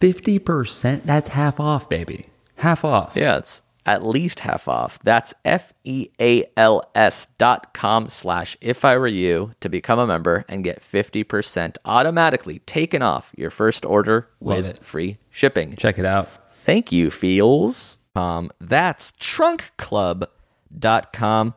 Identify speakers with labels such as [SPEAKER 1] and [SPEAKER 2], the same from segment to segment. [SPEAKER 1] 50%, that's half off, baby. Half off.
[SPEAKER 2] Yeah, it's at least half off. That's F E A L S dot com slash if I were you to become a member and get 50% automatically taken off your first order
[SPEAKER 1] Love
[SPEAKER 2] with
[SPEAKER 1] it.
[SPEAKER 2] free shipping.
[SPEAKER 1] Check it out.
[SPEAKER 2] Thank you, Feels. Um, that's trunkclub.com,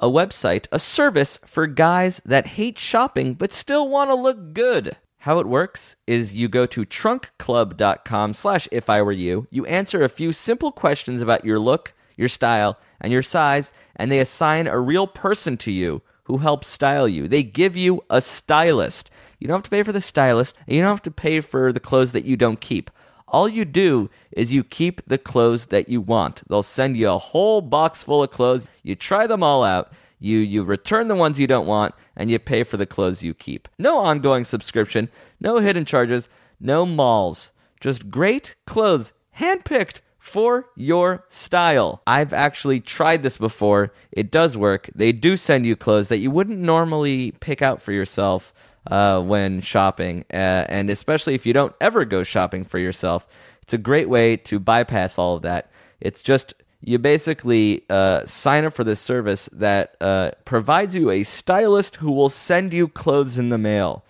[SPEAKER 2] a website, a service for guys that hate shopping but still want to look good. How it works is you go to trunkclub.com slash if I were you, you answer a few simple questions about your look, your style, and your size, and they assign a real person to you who helps style you. They give you a stylist. You don't have to pay for the stylist, and you don't have to pay for the clothes that you don't keep. All you do is you keep the clothes that you want. They'll send you a whole box full of clothes. You try them all out. You you return the ones you don't want and you pay for the clothes you keep. No ongoing subscription, no hidden charges, no malls. Just great clothes handpicked for your style. I've actually tried this before. It does work. They do send you clothes that you wouldn't normally pick out for yourself uh, when shopping, uh, and especially if you don't ever go shopping for yourself, it's a great way to bypass all of that. It's just you basically uh, sign up for this service that uh, provides you a stylist who will send you clothes in the mail.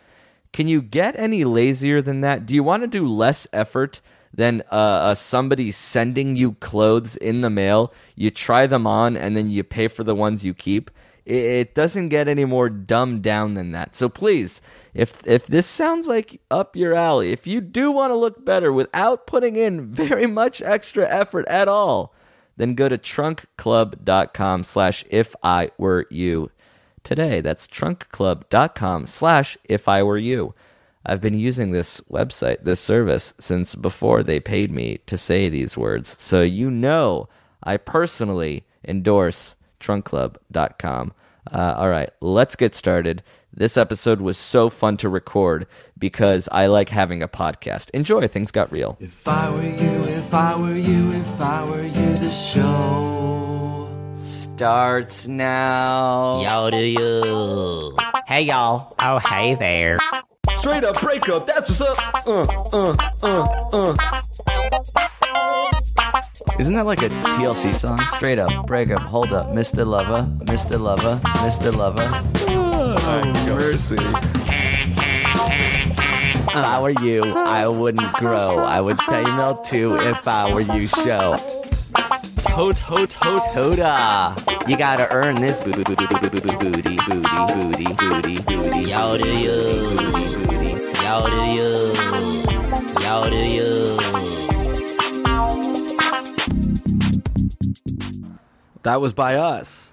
[SPEAKER 2] Can you get any lazier than that? Do you want to do less effort than uh, uh, somebody sending you clothes in the mail? You try them on and then you pay for the ones you keep. It, it doesn't get any more dumbed down than that. So please, if if this sounds like up your alley, if you do want to look better without putting in very much extra effort at all, then go to trunkclub.com slash if I were you today. That's trunkclub.com slash if I were you. I've been using this website, this service, since before they paid me to say these words. So you know I personally endorse trunkclub.com. Uh, all right, let's get started. This episode was so fun to record because I like having a podcast. Enjoy Things Got Real.
[SPEAKER 3] If I were you, if I were you, if I were you, the show.
[SPEAKER 2] Starts now.
[SPEAKER 4] Yo, do you? Hey, y'all. Oh, hey there.
[SPEAKER 3] Straight up breakup, that's what's up. Uh,
[SPEAKER 5] Isn't that like a TLC song? Straight up, break up, hold up, Mr. Lover, Mr. Lover, Mr. Lover. If I were you, I wouldn't grow. I would say no to if I were you show. Tote, tote, tote, toda. You gotta earn this boo- boo- boo- boo- boo- boo- boo- boo- booty, booty, booty, booty, booty.
[SPEAKER 4] Yo, do you?
[SPEAKER 5] Booty, booty.
[SPEAKER 4] Yo, do you? Yo, do you?
[SPEAKER 3] That was by us.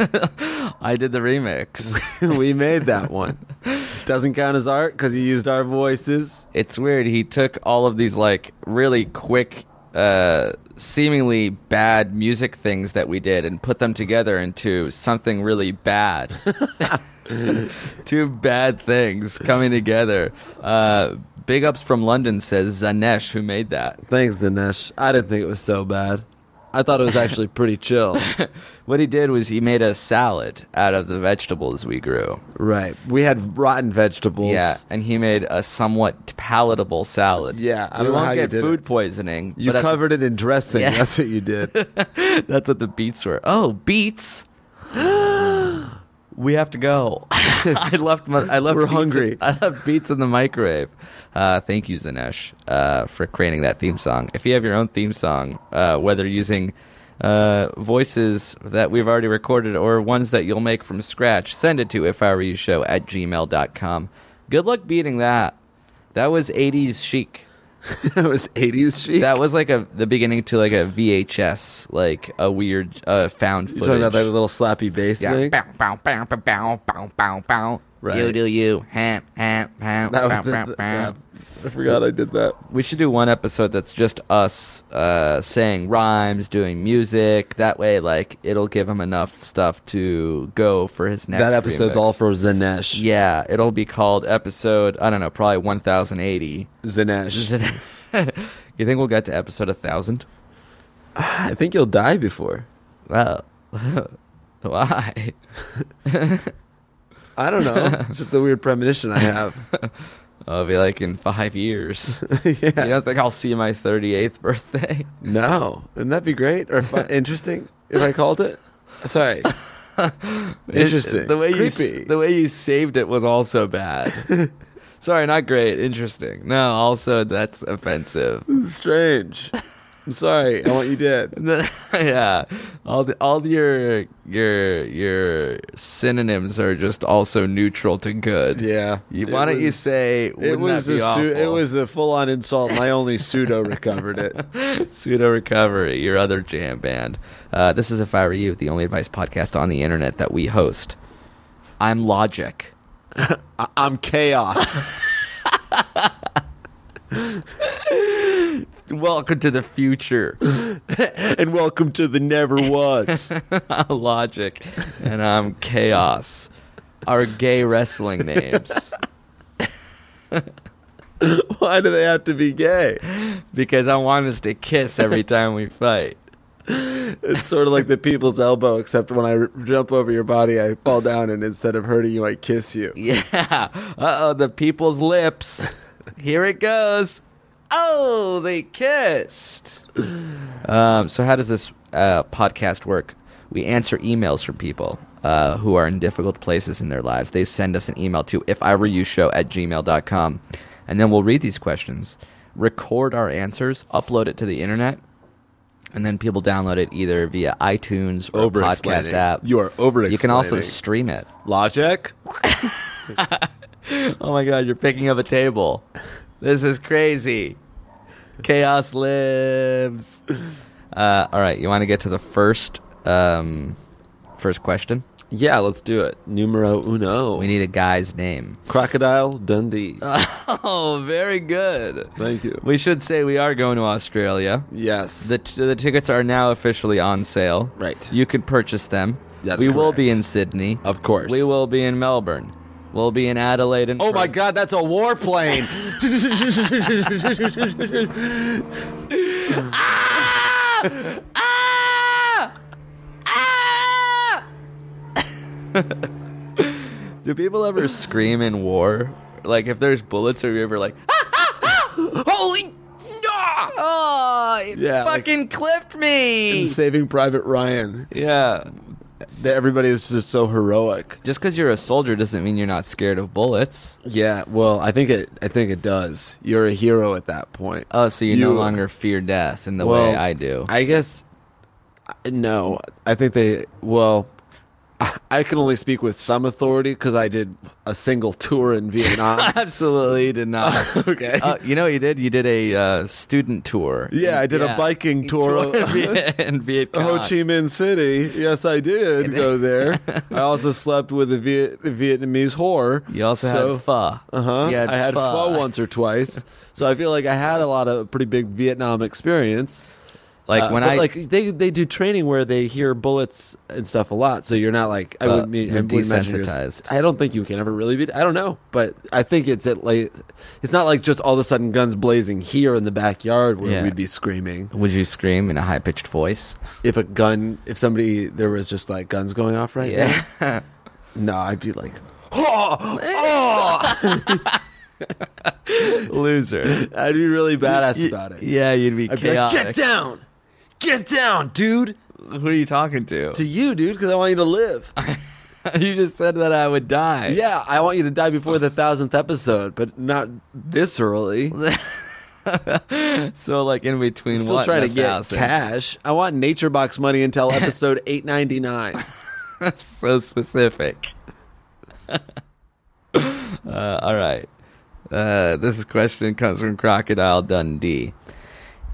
[SPEAKER 2] I did the remix.
[SPEAKER 3] we made that one. Doesn't count as art because you used our voices.
[SPEAKER 2] it's weird. He took all of these like really quick, uh, seemingly bad music things that we did and put them together into something really bad. Two bad things coming together. Uh, big ups from London says Zanesh, who made that.
[SPEAKER 3] Thanks, Dinesh. I didn't think it was so bad.
[SPEAKER 6] I thought it was actually pretty chill.
[SPEAKER 2] What he did was he made a salad out of the vegetables we grew.
[SPEAKER 6] right. We had rotten vegetables.
[SPEAKER 2] Yeah, and he made a somewhat palatable salad.
[SPEAKER 6] Yeah, I
[SPEAKER 2] we
[SPEAKER 6] don't know
[SPEAKER 2] won't
[SPEAKER 6] how you
[SPEAKER 2] get
[SPEAKER 6] did
[SPEAKER 2] food
[SPEAKER 6] it.
[SPEAKER 2] poisoning.
[SPEAKER 6] You
[SPEAKER 2] but
[SPEAKER 6] covered it in dressing.
[SPEAKER 2] Yeah.
[SPEAKER 6] That's what you did.
[SPEAKER 2] that's, that's what the beets were. Oh, beets! we have to go. I left. My, I left.
[SPEAKER 6] We're
[SPEAKER 2] beets in-
[SPEAKER 6] hungry.
[SPEAKER 2] I left beets in the microwave. Uh, thank you, Zanesh, uh, for creating that theme song. If you have your own theme song, uh, whether using uh, voices that we've already recorded or ones that you'll make from scratch, send it to if I were you show at gmail.com. Good luck beating that. That was 80s chic.
[SPEAKER 6] that was 80s chic.
[SPEAKER 2] That was like a the beginning to like a VHS, like a weird uh, found
[SPEAKER 6] you talking
[SPEAKER 2] footage.
[SPEAKER 6] about that little slappy bass
[SPEAKER 2] yeah.
[SPEAKER 6] thing?
[SPEAKER 2] Bow, bow, bow, bow, bow, bow, bow, bow.
[SPEAKER 6] Right.
[SPEAKER 2] You do you. Ham, ham, ham,
[SPEAKER 6] That
[SPEAKER 2] bow,
[SPEAKER 6] was
[SPEAKER 2] bow,
[SPEAKER 6] the,
[SPEAKER 2] bow.
[SPEAKER 6] I forgot I did that.
[SPEAKER 2] We should do one episode that's just us uh, saying rhymes, doing music. That way, like it'll give him enough stuff to go for his next.
[SPEAKER 6] that episode's
[SPEAKER 2] remix.
[SPEAKER 6] all for Zanesh.
[SPEAKER 2] Yeah, it'll be called episode. I don't know, probably one thousand eighty.
[SPEAKER 6] Zanesh.
[SPEAKER 2] you think we'll get to episode a thousand?
[SPEAKER 6] I think you'll die before.
[SPEAKER 2] Well, why?
[SPEAKER 6] I don't know. it's just a weird premonition I have.
[SPEAKER 2] I'll be like in five years. You don't think I'll see my 38th birthday?
[SPEAKER 6] No, wouldn't that be great or fun, interesting if I called it? Sorry, interesting.
[SPEAKER 2] The way you s-
[SPEAKER 6] Creepy.
[SPEAKER 2] the way you saved it was also bad. Sorry, not great. Interesting. No, also that's offensive.
[SPEAKER 6] strange. I'm sorry. I want you dead.
[SPEAKER 2] yeah, all the, all your your your synonyms are just also neutral to good.
[SPEAKER 6] Yeah.
[SPEAKER 2] You,
[SPEAKER 6] It
[SPEAKER 2] why don't you
[SPEAKER 6] was-
[SPEAKER 2] say?
[SPEAKER 6] It
[SPEAKER 2] wouldn't
[SPEAKER 6] was
[SPEAKER 2] that be
[SPEAKER 6] a su- it
[SPEAKER 2] awful?
[SPEAKER 6] was a full on insult. and I only pseudo recovered it.
[SPEAKER 2] Pseudo Recovery, your other jam band. Uh, this is If I Were You, the only advice podcast on the internet that we host. I'm Logic.
[SPEAKER 6] I- I'm chaos.
[SPEAKER 2] Welcome to the future,
[SPEAKER 6] and welcome to the never was.
[SPEAKER 2] I'm Logic, and I'm Chaos. Our gay wrestling names.
[SPEAKER 6] Why do they have to be gay?
[SPEAKER 2] Because I want us to kiss every time we fight.
[SPEAKER 6] It's sort of like the people's elbow, except when I r- jump over your body, I fall down, and instead of hurting you, I kiss you.
[SPEAKER 2] Yeah. Uh oh, the people's lips. Here it goes. Oh, they kissed. Um, so, how does this uh, podcast work? We answer emails from people uh, who are in difficult places in their lives. They send us an email to if I were you show at gmail.com. And then we'll read these questions, record our answers, upload it to the internet, and then people download it either via iTunes or podcast
[SPEAKER 6] Over-explaining.
[SPEAKER 2] app.
[SPEAKER 6] You are over-explaining.
[SPEAKER 2] You can also stream it.
[SPEAKER 6] Logic.
[SPEAKER 2] Oh my god, you're picking up a table. This is crazy. Chaos lives. Uh, all right, you want to get to the first um, first question?
[SPEAKER 6] Yeah, let's do it. Numero uno.
[SPEAKER 2] We need a guy's name.
[SPEAKER 6] Crocodile Dundee.
[SPEAKER 2] Oh, very good.
[SPEAKER 6] Thank you.
[SPEAKER 2] We should say we are going to Australia.
[SPEAKER 6] yes.
[SPEAKER 2] The, t- the tickets are now officially on sale.
[SPEAKER 6] Right.
[SPEAKER 2] You can purchase them.
[SPEAKER 6] That's
[SPEAKER 2] we will be
[SPEAKER 6] correct.
[SPEAKER 2] in Sydney.
[SPEAKER 6] Of course.
[SPEAKER 2] We will be in Melbourne. We'll be in Adelaide and
[SPEAKER 6] oh my
[SPEAKER 2] Perth.
[SPEAKER 6] God, that's a warplane.
[SPEAKER 2] Ah! Do people ever scream in war? Like if there's bullets, are you ever like, ah,
[SPEAKER 6] Holy.
[SPEAKER 2] oh, it
[SPEAKER 6] Yeah, like-
[SPEAKER 2] fucking clipped me?
[SPEAKER 6] Saving Private Ryan.
[SPEAKER 2] Yeah.
[SPEAKER 6] That Everybody was just so heroic.
[SPEAKER 2] Just because you're a soldier doesn't mean you're not scared of bullets.
[SPEAKER 6] Yeah. Well, I think it. I think it does. You're a hero at that point.
[SPEAKER 2] Oh, so you, no
[SPEAKER 6] You-
[SPEAKER 2] longer fear death in the way I do.
[SPEAKER 6] I guess I- no. I think they. Well, I- I can only speak with some authority because I did a single tour in Vietnam.
[SPEAKER 2] absolutely did not.
[SPEAKER 6] okay.
[SPEAKER 2] Uh, you know what you did? You did a uh, student tour.
[SPEAKER 6] yeah, I did a biking tour Oh,
[SPEAKER 2] in
[SPEAKER 6] of
[SPEAKER 2] Viet- in Vietnam.
[SPEAKER 6] Ho Chi Minh City. Yes, I did go there. I also slept with a Viet- Vietnamese whore.
[SPEAKER 2] You also had pho.
[SPEAKER 6] Uh huh.
[SPEAKER 2] You had
[SPEAKER 6] I had
[SPEAKER 2] pho.
[SPEAKER 6] pho once or twice, so I feel like I had a lot of pretty big Vietnam experience.
[SPEAKER 2] Like
[SPEAKER 6] Uh,
[SPEAKER 2] when
[SPEAKER 6] but,
[SPEAKER 2] I
[SPEAKER 6] like they they do training where they hear bullets and stuff a lot, so you're not like I
[SPEAKER 2] Uh,
[SPEAKER 6] wouldn't mean
[SPEAKER 2] you're
[SPEAKER 6] I wouldn't imagine you're-
[SPEAKER 2] desensitized.
[SPEAKER 6] I don't think you can ever really be. I don't know, but I think it's at like it's not like just all of a sudden guns blazing here in the backyard where
[SPEAKER 2] Yeah.
[SPEAKER 6] we'd be screaming
[SPEAKER 2] would you scream in a high pitched voice?
[SPEAKER 6] if a gun if somebody there was just like guns going off right now. No, I'd be like
[SPEAKER 2] loser.
[SPEAKER 6] I'd be really badass about it.
[SPEAKER 2] Yeah, you'd be
[SPEAKER 6] I'd be like,
[SPEAKER 2] chaotic.
[SPEAKER 6] get down, get down, dude,
[SPEAKER 2] Who are you talking to?
[SPEAKER 6] to you, dude, because I want you to live.
[SPEAKER 2] you just said that I would die.
[SPEAKER 6] Yeah, I want you to die before the thousandth episode, but not viscerally.
[SPEAKER 2] So like in between,
[SPEAKER 6] Still
[SPEAKER 2] what
[SPEAKER 6] trying to
[SPEAKER 2] and a
[SPEAKER 6] get
[SPEAKER 2] thousand?
[SPEAKER 6] cash. I want Nature Box money until episode 899.
[SPEAKER 2] so specific. uh, all right. Uh, this question comes from Crocodile Dundee.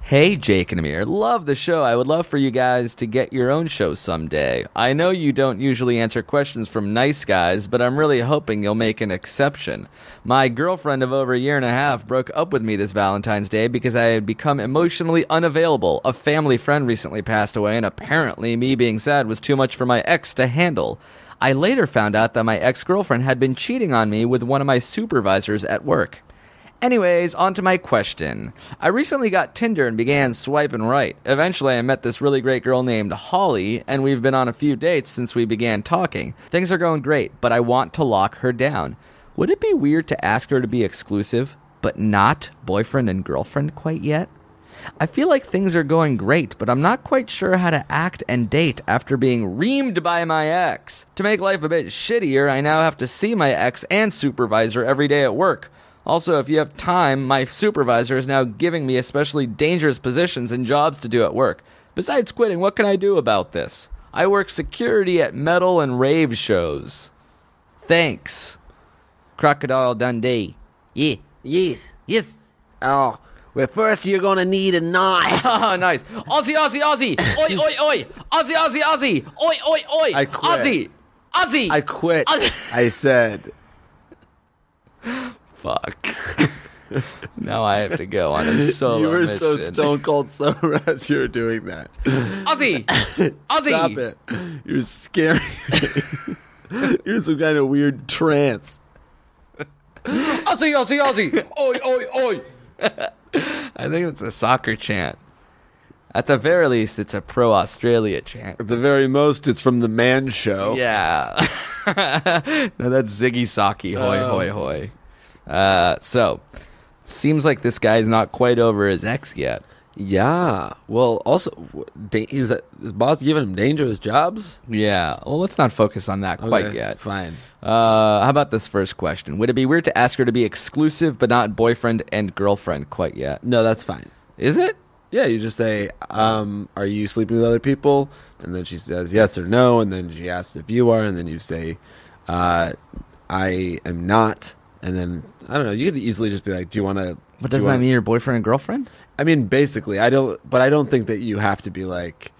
[SPEAKER 2] Hey, Jake and Amir. Love the show. I would love for you guys to get your own show someday. I know you don't usually answer questions from nice guys, but I'm really hoping you'll make an exception. My girlfriend of over a year and a half broke up with me this Valentine's Day because I had become emotionally unavailable. A family friend recently passed away, and apparently, me being sad was too much for my ex to handle. I later found out that my ex girlfriend had been cheating on me with one of my supervisors at work. Anyways, on to my question. I recently got Tinder and began swiping right. Eventually, I met this really great girl named Holly, and we've been on a few dates since we began talking. Things are going great, but I want to lock her down. Would it be weird to ask her to be exclusive, but not boyfriend and girlfriend quite yet? I feel like things are going great, but I'm not quite sure how to act and date after being reamed by my ex. To make life a bit shittier, I now have to see my ex and supervisor every day at work. Also, if you have time, my supervisor is now giving me especially dangerous positions and jobs to do at work. Besides quitting, what can I do about this? I work security at metal and rave shows. Thanks. Crocodile Dundee. Yeah.
[SPEAKER 6] yes.
[SPEAKER 2] Yes.
[SPEAKER 6] Oh, well, first you're going to need a knife.
[SPEAKER 2] Oh, nice. Aussie, Aussie, Aussie. Oi, oi, oi. Aussie, Aussie, Aussie. Oi, oi, oi.
[SPEAKER 6] I quit.
[SPEAKER 2] Aussie. Aussie.
[SPEAKER 6] I quit. I said,
[SPEAKER 2] Fuck. now I have to go on a solo
[SPEAKER 6] you were so
[SPEAKER 2] mission.
[SPEAKER 6] stone cold sober as you were doing that.
[SPEAKER 2] Aussie. Aussie.
[SPEAKER 6] Stop it. You're scary. you're in some kind of weird trance.
[SPEAKER 2] Aussie, Aussie, Aussie. oi, oi, oi. I think it's a soccer chant. At the very least, it's a pro Australia chant.
[SPEAKER 6] At the very most, it's from the man show.
[SPEAKER 2] Yeah. no, that's Ziggy Saki. Hoi,
[SPEAKER 6] Oh.
[SPEAKER 2] hoi, hoi. Uh, so, seems like this guy's not quite over his ex yet.
[SPEAKER 6] Yeah. Well, also, wh- da- is, that- is boss giving him dangerous jobs?
[SPEAKER 2] Yeah. Well, let's not focus on that quite
[SPEAKER 6] Okay,
[SPEAKER 2] yet.
[SPEAKER 6] Fine.
[SPEAKER 2] Uh, how about this first question? Would it be weird to ask her to be exclusive but not boyfriend and girlfriend quite yet?
[SPEAKER 6] No, that's fine.
[SPEAKER 2] Is it?
[SPEAKER 6] Yeah, you just say, um, "Are you sleeping with other people?" And then she says yes or no, and then she asks if you are, and then you say, uh, "I am not." And then I don't know. You could easily just be like, "Do you want to?"
[SPEAKER 2] But doesn't that mean you're boyfriend and girlfriend?
[SPEAKER 6] I mean, basically, I don't. But I don't think that you have to be like,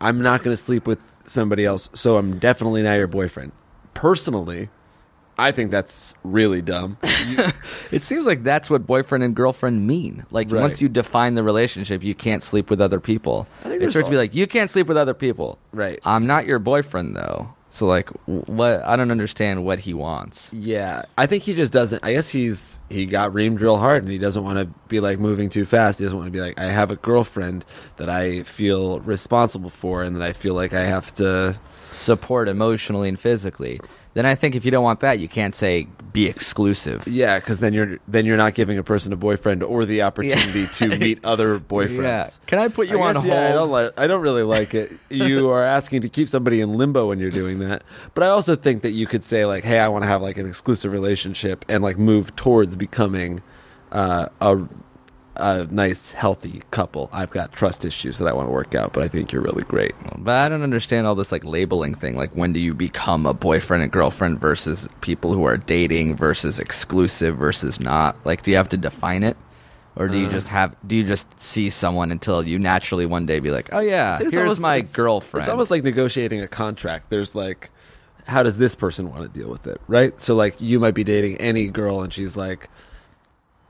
[SPEAKER 6] "I'm not going to sleep with somebody else," so I'm definitely not your boyfriend. Personally, I think that's really dumb.
[SPEAKER 2] It seems like that's what boyfriend and girlfriend mean. Like
[SPEAKER 6] Right.
[SPEAKER 2] once you define the relationship, you can't sleep with other people.
[SPEAKER 6] I think
[SPEAKER 2] it
[SPEAKER 6] there's
[SPEAKER 2] starts to be
[SPEAKER 6] al-
[SPEAKER 2] like you can't sleep with other people.
[SPEAKER 6] Right.
[SPEAKER 2] I'm not your boyfriend though. So like w- what? I don't understand what he wants.
[SPEAKER 6] Yeah, I think he just doesn't. I guess he's he got reamed real hard, and he doesn't want to be like moving too fast. He doesn't want to be like I have a girlfriend that I feel responsible for, and that I feel like I have to.
[SPEAKER 2] Support emotionally and physically. Then I think if you don't want that, you can't say be exclusive.
[SPEAKER 6] Yeah, because then you're then you're not giving a person a boyfriend or the opportunity to meet other boyfriends.
[SPEAKER 2] Can I put you
[SPEAKER 6] I
[SPEAKER 2] on
[SPEAKER 6] guess,
[SPEAKER 2] hold?
[SPEAKER 6] Yeah, I, don't li- I don't really like it. You are asking to keep somebody in limbo when you're doing that. But I also think that you could say like, "Hey, I want to have like an exclusive relationship and like move towards becoming uh, a a nice, healthy couple. I've got trust issues that I want to work out, but I think you're really great."
[SPEAKER 2] But I don't understand all this like labeling thing. Like, when do you become a boyfriend and girlfriend versus people who are dating versus exclusive versus not? Like, do you have to define it, or
[SPEAKER 6] Uh.
[SPEAKER 2] do you just have do you just see someone until you naturally one day be like, oh yeah,
[SPEAKER 6] It's
[SPEAKER 2] here's
[SPEAKER 6] almost-
[SPEAKER 2] my
[SPEAKER 6] it's-
[SPEAKER 2] girlfriend.
[SPEAKER 6] It's almost like negotiating a contract. There's like, how does this person want to deal with it, right? So like, you might be dating any girl, and she's like,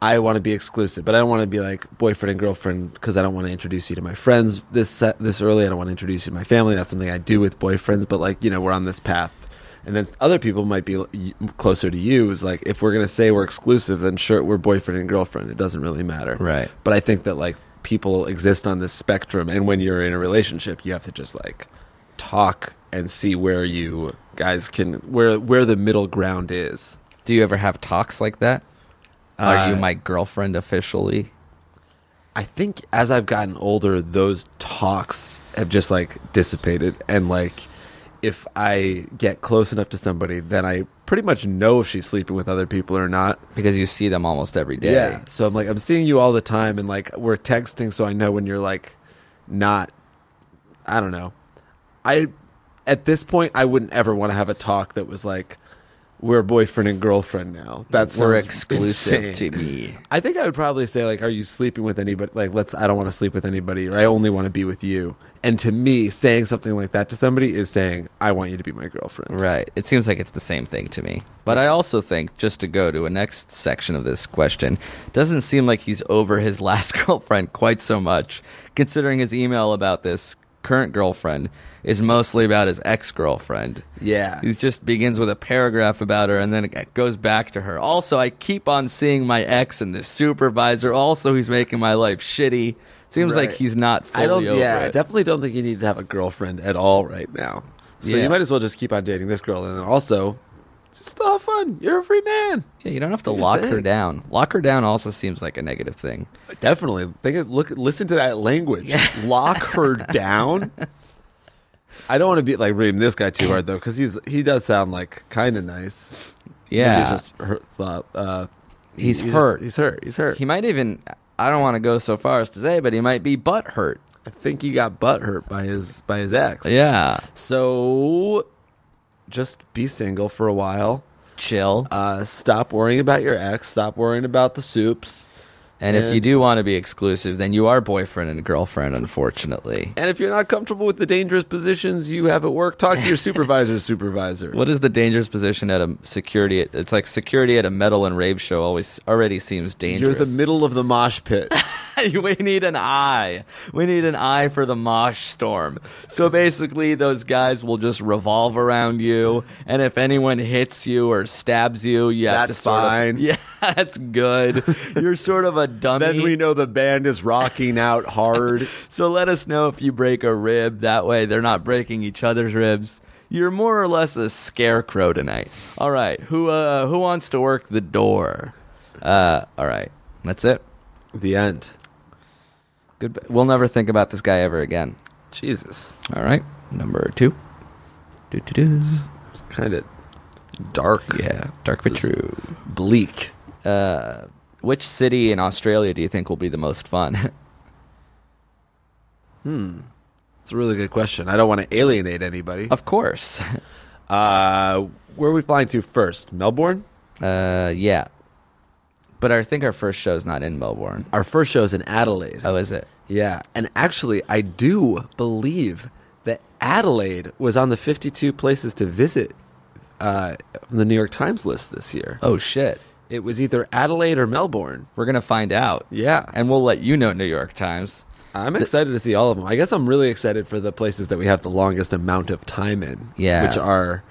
[SPEAKER 6] I want to be exclusive, but I don't want to be like boyfriend and girlfriend because I don't want to introduce you to my friends this se- this early. I don't want to introduce you to my family. That's something I do with boyfriends, but like you know, we're on this path. And then other people might be l- y- closer to you. Is like if we're gonna say we're exclusive, then sure, we're boyfriend and girlfriend. It doesn't really matter,
[SPEAKER 1] Right.
[SPEAKER 6] But I think that like people exist on this spectrum, and when you're in a relationship, you have to just like talk and see where you guys can where where the middle ground is.
[SPEAKER 2] Do you ever have talks like that? Are you
[SPEAKER 6] Uh,
[SPEAKER 2] my girlfriend officially?
[SPEAKER 6] I think as I've gotten older, those talks have just like dissipated. And like, if I get close enough to somebody, then I pretty much know if she's sleeping with other people or not.
[SPEAKER 2] Because you see them almost every day.
[SPEAKER 6] So I'm like, I'm seeing you all the time. And like, we're texting. So I know when you're like not, I don't know. I, at this point, I wouldn't ever want to have a talk that was like, we're boyfriend and girlfriend now. That's
[SPEAKER 2] We're exclusive
[SPEAKER 6] insane.
[SPEAKER 2] to me.
[SPEAKER 6] I think I would probably say like, "Are you sleeping with anybody?" Like, let's. I don't want to sleep with anybody, or I only want to be with you. And to me, saying something like that to somebody is saying, "I want you to be my girlfriend."
[SPEAKER 2] Right. It seems like it's the same thing to me. But I also think, just to go to a next section of this question, doesn't seem like he's over his last girlfriend quite so much, considering his email about this current girlfriend is mostly about his ex girlfriend.
[SPEAKER 6] Yeah.
[SPEAKER 2] He just begins with a paragraph about her and then it goes back to her. Also, I keep on seeing my ex and this supervisor. Also, he's making my life shitty. Seems
[SPEAKER 6] Right.
[SPEAKER 2] like he's not fully
[SPEAKER 6] I don't.
[SPEAKER 2] over
[SPEAKER 6] Yeah, I
[SPEAKER 2] it.
[SPEAKER 6] definitely don't think you need to have a girlfriend at all right now. So
[SPEAKER 2] Yeah.
[SPEAKER 6] you might as well just keep on dating this girl, and then also just still have fun. You're a free man.
[SPEAKER 2] yeah, you don't have to
[SPEAKER 6] Here's the
[SPEAKER 2] lock her
[SPEAKER 6] thing.
[SPEAKER 2] down. Lock her down also seems like a negative thing.
[SPEAKER 6] Definitely. Think of, look listen to that language. Lock her down. I don't want to be like reading this guy too hard though, because he's he does sound like kind of nice.
[SPEAKER 2] Yeah.
[SPEAKER 6] Maybe it's just hurt thought. Uh,
[SPEAKER 2] He's
[SPEAKER 6] just-
[SPEAKER 2] hurt.
[SPEAKER 6] he's hurt. He's hurt.
[SPEAKER 2] He might even. I don't want to go so far as to say, but he might be butt hurt.
[SPEAKER 6] I think he got butt hurt by his by his ex.
[SPEAKER 2] Yeah.
[SPEAKER 6] So just be single for a while.
[SPEAKER 2] Chill.
[SPEAKER 6] Uh, stop worrying about your ex. Stop worrying about the soups.
[SPEAKER 2] and if
[SPEAKER 6] and-
[SPEAKER 2] you do want to be exclusive, then you are boyfriend and girlfriend, unfortunately.
[SPEAKER 6] And if you're not comfortable with the dangerous positions you have at work, talk to your supervisor's supervisor.
[SPEAKER 2] What is the dangerous position at a security? It's like security at a metal and rave show always already seems
[SPEAKER 6] You're
[SPEAKER 2] dangerous.
[SPEAKER 6] the middle of the mosh pit.
[SPEAKER 2] we need an eye. We need an eye for the mosh storm. So basically, those guys will just revolve around you, and if anyone hits you or stabs you, you have to
[SPEAKER 6] That's
[SPEAKER 2] sort of-
[SPEAKER 6] fine.
[SPEAKER 2] yeah, that's good. You're sort of a dummy.
[SPEAKER 6] then we know the band is rocking out hard.
[SPEAKER 2] So let us know if you break a rib. That way, they're not breaking each other's ribs. You're more or less a scarecrow tonight. All right, who uh, who wants to work the door? Uh, all right, that's it.
[SPEAKER 6] the end.
[SPEAKER 2] Good. We'll never think about this guy ever again.
[SPEAKER 6] Jesus.
[SPEAKER 2] All right, number two. Do do doos.
[SPEAKER 6] Kind of dark.
[SPEAKER 2] Yeah, dark but true.
[SPEAKER 6] Bleak.
[SPEAKER 2] Uh, which city in Australia do you think will be the most fun?
[SPEAKER 6] It's a really good question. I don't want to alienate anybody.
[SPEAKER 2] of course.
[SPEAKER 6] Uh, where are we flying to first? Melbourne?
[SPEAKER 2] Uh, yeah. But I think our first show's not in Melbourne.
[SPEAKER 6] Our first show's in Adelaide.
[SPEAKER 2] Oh, is it?
[SPEAKER 6] Yeah. And actually, I do believe that Adelaide was on the 52 places to visit uh, on the New York Times list this year.
[SPEAKER 2] Oh shit.
[SPEAKER 6] It was either Adelaide or Melbourne.
[SPEAKER 2] We're gonna find out.
[SPEAKER 6] Yeah.
[SPEAKER 2] And we'll let you know, New York Times.
[SPEAKER 6] I'm excited to see all of them. I guess I'm really excited for the places that we have the longest amount of time in.
[SPEAKER 2] Yeah.
[SPEAKER 6] Which are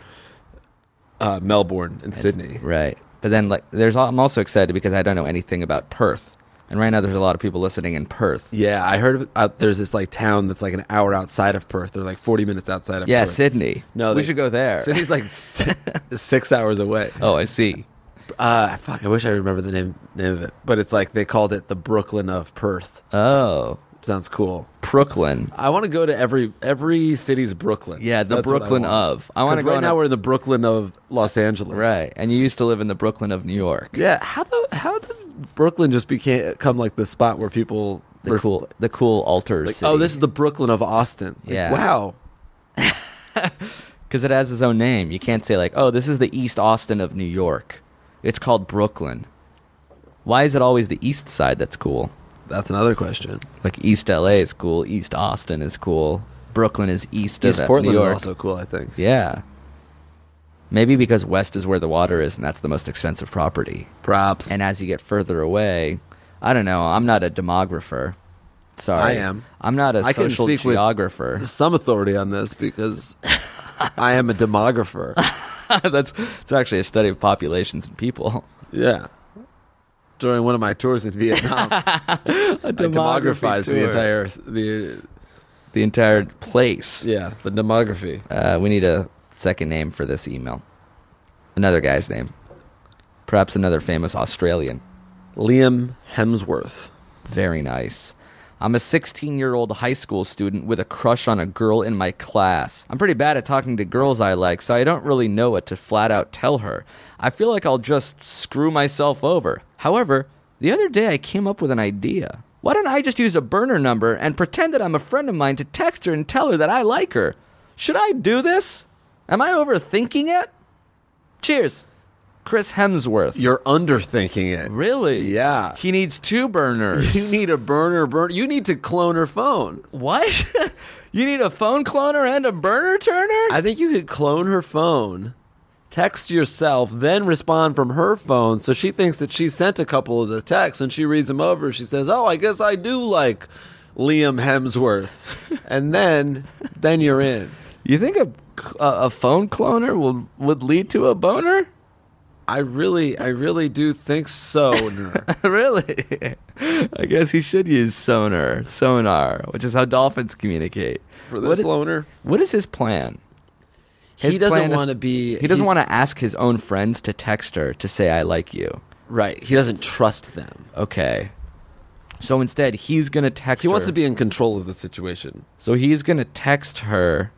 [SPEAKER 6] uh, Melbourne and Sydney.
[SPEAKER 2] Right. But then like there's al- I'm also excited because I don't know anything about Perth. And right now there's a lot of people listening in Perth.
[SPEAKER 6] Yeah, I heard uh, there's this like town that's like an hour outside of Perth. They're like 40 minutes outside of
[SPEAKER 2] Yeah,
[SPEAKER 6] Perth.
[SPEAKER 2] Sydney.
[SPEAKER 6] No,
[SPEAKER 2] we
[SPEAKER 6] they-
[SPEAKER 2] should go there.
[SPEAKER 6] Sydney's like si- six hours away.
[SPEAKER 2] Oh, I see.
[SPEAKER 6] Uh, fuck, I wish I remember the name, name of it. But it's like they called it the Brooklyn of Perth.
[SPEAKER 2] Oh,
[SPEAKER 6] Sounds cool.
[SPEAKER 2] Brooklyn.
[SPEAKER 6] I want to go to every every city's Brooklyn.
[SPEAKER 2] Yeah, the
[SPEAKER 6] what
[SPEAKER 2] Brooklyn
[SPEAKER 6] I want.
[SPEAKER 2] of. I wanna
[SPEAKER 6] 'Cause
[SPEAKER 2] go
[SPEAKER 6] Right
[SPEAKER 2] on
[SPEAKER 6] now
[SPEAKER 2] a-
[SPEAKER 6] we're in the Brooklyn of Los Angeles.
[SPEAKER 2] Right. And you used to live in the Brooklyn of New York.
[SPEAKER 6] Yeah. How the how did Brooklyn just became come like the spot where people
[SPEAKER 2] The
[SPEAKER 6] were
[SPEAKER 2] cool the cool altar
[SPEAKER 6] like, oh, this is the Brooklyn of Austin. Like,
[SPEAKER 2] Yeah.
[SPEAKER 6] Wow.
[SPEAKER 2] because it has its own name. You can't say like, "Oh, this is the East Austin of New York." It's called Brooklyn. Why is it always the East Side that's cool?
[SPEAKER 6] That's another question.
[SPEAKER 2] Like East LA is cool, East Austin is cool, Brooklyn is east,
[SPEAKER 6] East
[SPEAKER 2] of
[SPEAKER 6] Portland
[SPEAKER 2] New
[SPEAKER 6] is
[SPEAKER 2] York.
[SPEAKER 6] also cool, I think.
[SPEAKER 2] yeah. Maybe because west is where the water is and that's the most expensive property.
[SPEAKER 6] Props.
[SPEAKER 2] And as you get further away, I don't know. I'm not a demographer. Sorry.
[SPEAKER 6] I am.
[SPEAKER 2] I'm not a
[SPEAKER 6] I can
[SPEAKER 2] social
[SPEAKER 6] speak with-
[SPEAKER 2] geographer.
[SPEAKER 6] some authority on this because I am a demographer.
[SPEAKER 2] that's it's actually a study of populations and people.
[SPEAKER 6] Yeah. During one of my tours in Vietnam, I demographized the entire the
[SPEAKER 2] the entire place.
[SPEAKER 6] yeah the demography.
[SPEAKER 2] Uh, we need a second name for this email. Another guy's name. Perhaps another famous Australian.
[SPEAKER 6] Liam Hemsworth.
[SPEAKER 2] Very nice. I'm a 16 year old high school student with a crush on a girl in my class. I'm pretty bad at talking to girls I like, so I don't really know what to flat out tell her. I feel like I'll just screw myself over. However, the other day I came up with an idea. Why don't I just use a burner number and pretend that I'm a friend of mine to text her and tell her that I like her? Should I do this? Am I overthinking it? Cheers. Chris Hemsworth.
[SPEAKER 6] You're underthinking it.
[SPEAKER 2] really?
[SPEAKER 6] Yeah.
[SPEAKER 2] He needs two burners.
[SPEAKER 6] You need a burner burn. You need to clone her phone.
[SPEAKER 2] What? you need a phone cloner and a burner turner?
[SPEAKER 6] I think you could clone her phone, text yourself, then respond from her phone. So she thinks that she sent a couple of the texts and she reads them over. She says, "Oh, I guess I do like Liam Hemsworth," and then then you're in.
[SPEAKER 2] you think a cl- a a phone cloner will would lead to a boner?
[SPEAKER 6] I really, I really do think so. Ner.
[SPEAKER 2] really? I guess he should use sonar, sonar, which is how dolphins communicate.
[SPEAKER 6] For
[SPEAKER 2] What
[SPEAKER 6] this
[SPEAKER 2] i-
[SPEAKER 6] loner,
[SPEAKER 2] What is his plan? His
[SPEAKER 6] he doesn't
[SPEAKER 2] plan is-
[SPEAKER 6] want to be.
[SPEAKER 2] He doesn't
[SPEAKER 6] he's-
[SPEAKER 2] want to ask his own friends to text her to say I like you.
[SPEAKER 6] Right. He doesn't trust them.
[SPEAKER 2] Okay. So instead, he's going to text
[SPEAKER 6] He wants
[SPEAKER 2] her.
[SPEAKER 6] to be in control of the situation.
[SPEAKER 2] So he's gonna text her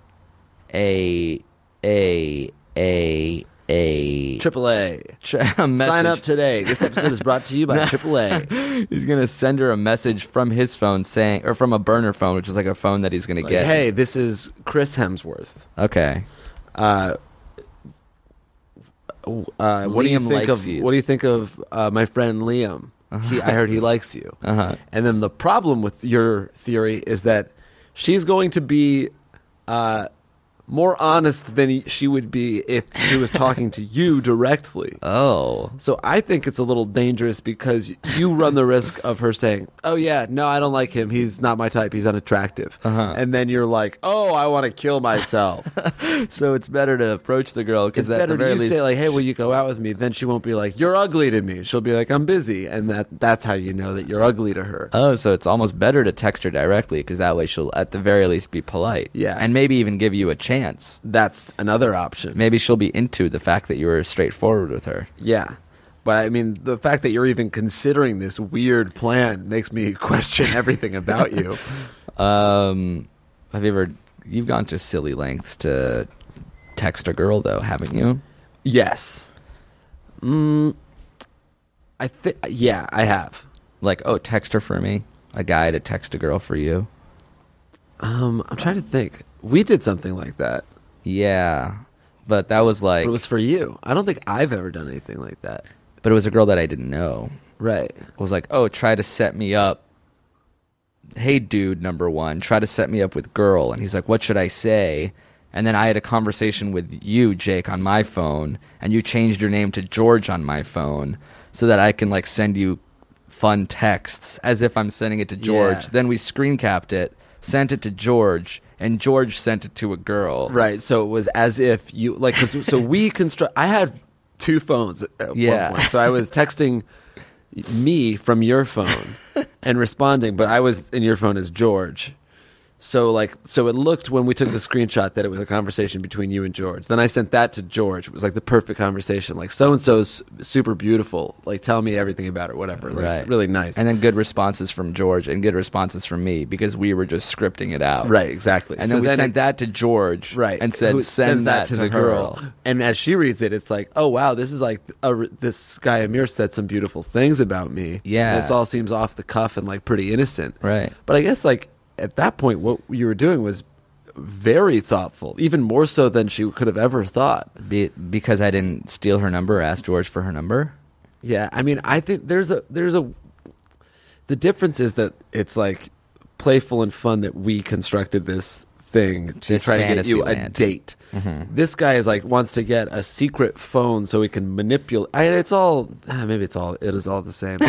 [SPEAKER 2] a a a a,
[SPEAKER 6] AAA.
[SPEAKER 2] tr- a message.
[SPEAKER 6] Sign up today. This episode is brought to you by AAA.
[SPEAKER 2] he's gonna send her a message from his phone saying, or from a burner phone, which is like a phone that he's gonna get.
[SPEAKER 6] Hey, this is Chris Hemsworth.
[SPEAKER 2] okay.
[SPEAKER 6] Uh, what do you
[SPEAKER 2] Liam
[SPEAKER 6] think
[SPEAKER 2] likes
[SPEAKER 6] of
[SPEAKER 2] you.
[SPEAKER 6] what do you Uh-huh. think of uh, my friend Liam? He, I heard he likes you. And then the problem with your theory is that she's going to be uh, more honest than he, she would be if she was talking to you directly.
[SPEAKER 2] Oh,
[SPEAKER 6] So I think it's a little dangerous because you run the risk of her saying, "Oh yeah, no, I don't like him. He's not my type. He's unattractive."
[SPEAKER 2] Uh-huh.
[SPEAKER 6] And then you're like, "Oh, I want to kill myself."
[SPEAKER 2] so it's better to approach the girl because
[SPEAKER 6] it's
[SPEAKER 2] at
[SPEAKER 6] better
[SPEAKER 2] the
[SPEAKER 6] to
[SPEAKER 2] very
[SPEAKER 6] you
[SPEAKER 2] least,
[SPEAKER 6] say like, "Hey, will you go out with me?" Then she won't be like, "You're ugly to me." She'll be like, "I'm busy," and that that's how you know that you're ugly to her.
[SPEAKER 2] oh, so it's almost better to text her directly because that way she'll at the very least be polite.
[SPEAKER 6] Yeah.
[SPEAKER 2] and maybe even give you a chance.
[SPEAKER 6] That's another option.
[SPEAKER 2] Maybe she'll be into the fact that you were straightforward with her.
[SPEAKER 6] Yeah. But I mean, the fact that you're even considering this weird plan makes me question everything about you.
[SPEAKER 2] Um, have you ever? You've gone to silly lengths to text a girl, though, haven't you?
[SPEAKER 6] yes. Mm, I think yeah, I have.
[SPEAKER 2] Like, oh, text her for me. A guy to text a girl for you.
[SPEAKER 6] Um, I'm trying to think. We did something like that,
[SPEAKER 2] Yeah, but that was like,
[SPEAKER 6] but it was for you. I don't think I've ever done anything like that.
[SPEAKER 2] a girl that I didn't know.
[SPEAKER 6] Right.
[SPEAKER 2] It was like, oh, try to set me up. Hey, dude, number one, try to set me up with girl. And he's like, what should I say? And then I had a conversation with you, Jake, on my phone, and you changed your name to George on my phone so that I can like send you fun texts as if I'm sending it to George.
[SPEAKER 6] Yeah.
[SPEAKER 2] Then we screen capped it, sent it to George, and George sent it to a girl.
[SPEAKER 6] Right. So it was as if you like. 'cause- so we construct. I had two phones at
[SPEAKER 2] Yeah.
[SPEAKER 6] one point. So I was texting me from your phone and responding, but I was in your phone as George. So like, so it looked when we took the screenshot that it was a conversation between you and George. Then I sent that to George. It was like the perfect conversation. Like so and so's super beautiful. Like tell me everything about her. Whatever. Like, it's Really nice.
[SPEAKER 2] And then good responses from George and good responses from me because we were just scripting it out.
[SPEAKER 6] right. Exactly.
[SPEAKER 2] And
[SPEAKER 6] So
[SPEAKER 2] then we sent
[SPEAKER 6] it-
[SPEAKER 2] that to George,
[SPEAKER 6] right
[SPEAKER 2] And said,
[SPEAKER 6] who
[SPEAKER 2] "Send
[SPEAKER 6] sends
[SPEAKER 2] that, to, the girl."
[SPEAKER 6] and as she reads it it's like oh wow this is like a, re- this guy amir said some beautiful things about me
[SPEAKER 2] Yeah.
[SPEAKER 6] and it all seems off the cuff and like pretty innocent
[SPEAKER 2] Right.
[SPEAKER 6] but i guess like at that point what you were doing was very thoughtful even more so than she could have ever thought
[SPEAKER 2] Be- because I didn't steal her number, or ask George for her number.
[SPEAKER 6] yeah i mean i think there's a there's a the difference is that it's like playful and fun that we constructed this thing to
[SPEAKER 1] This
[SPEAKER 6] try to get you a
[SPEAKER 1] Fantasyland.
[SPEAKER 6] date. This guy is like wants to get a secret phone so he can manipulate. I, it's all ah, maybe it's all it is all the same.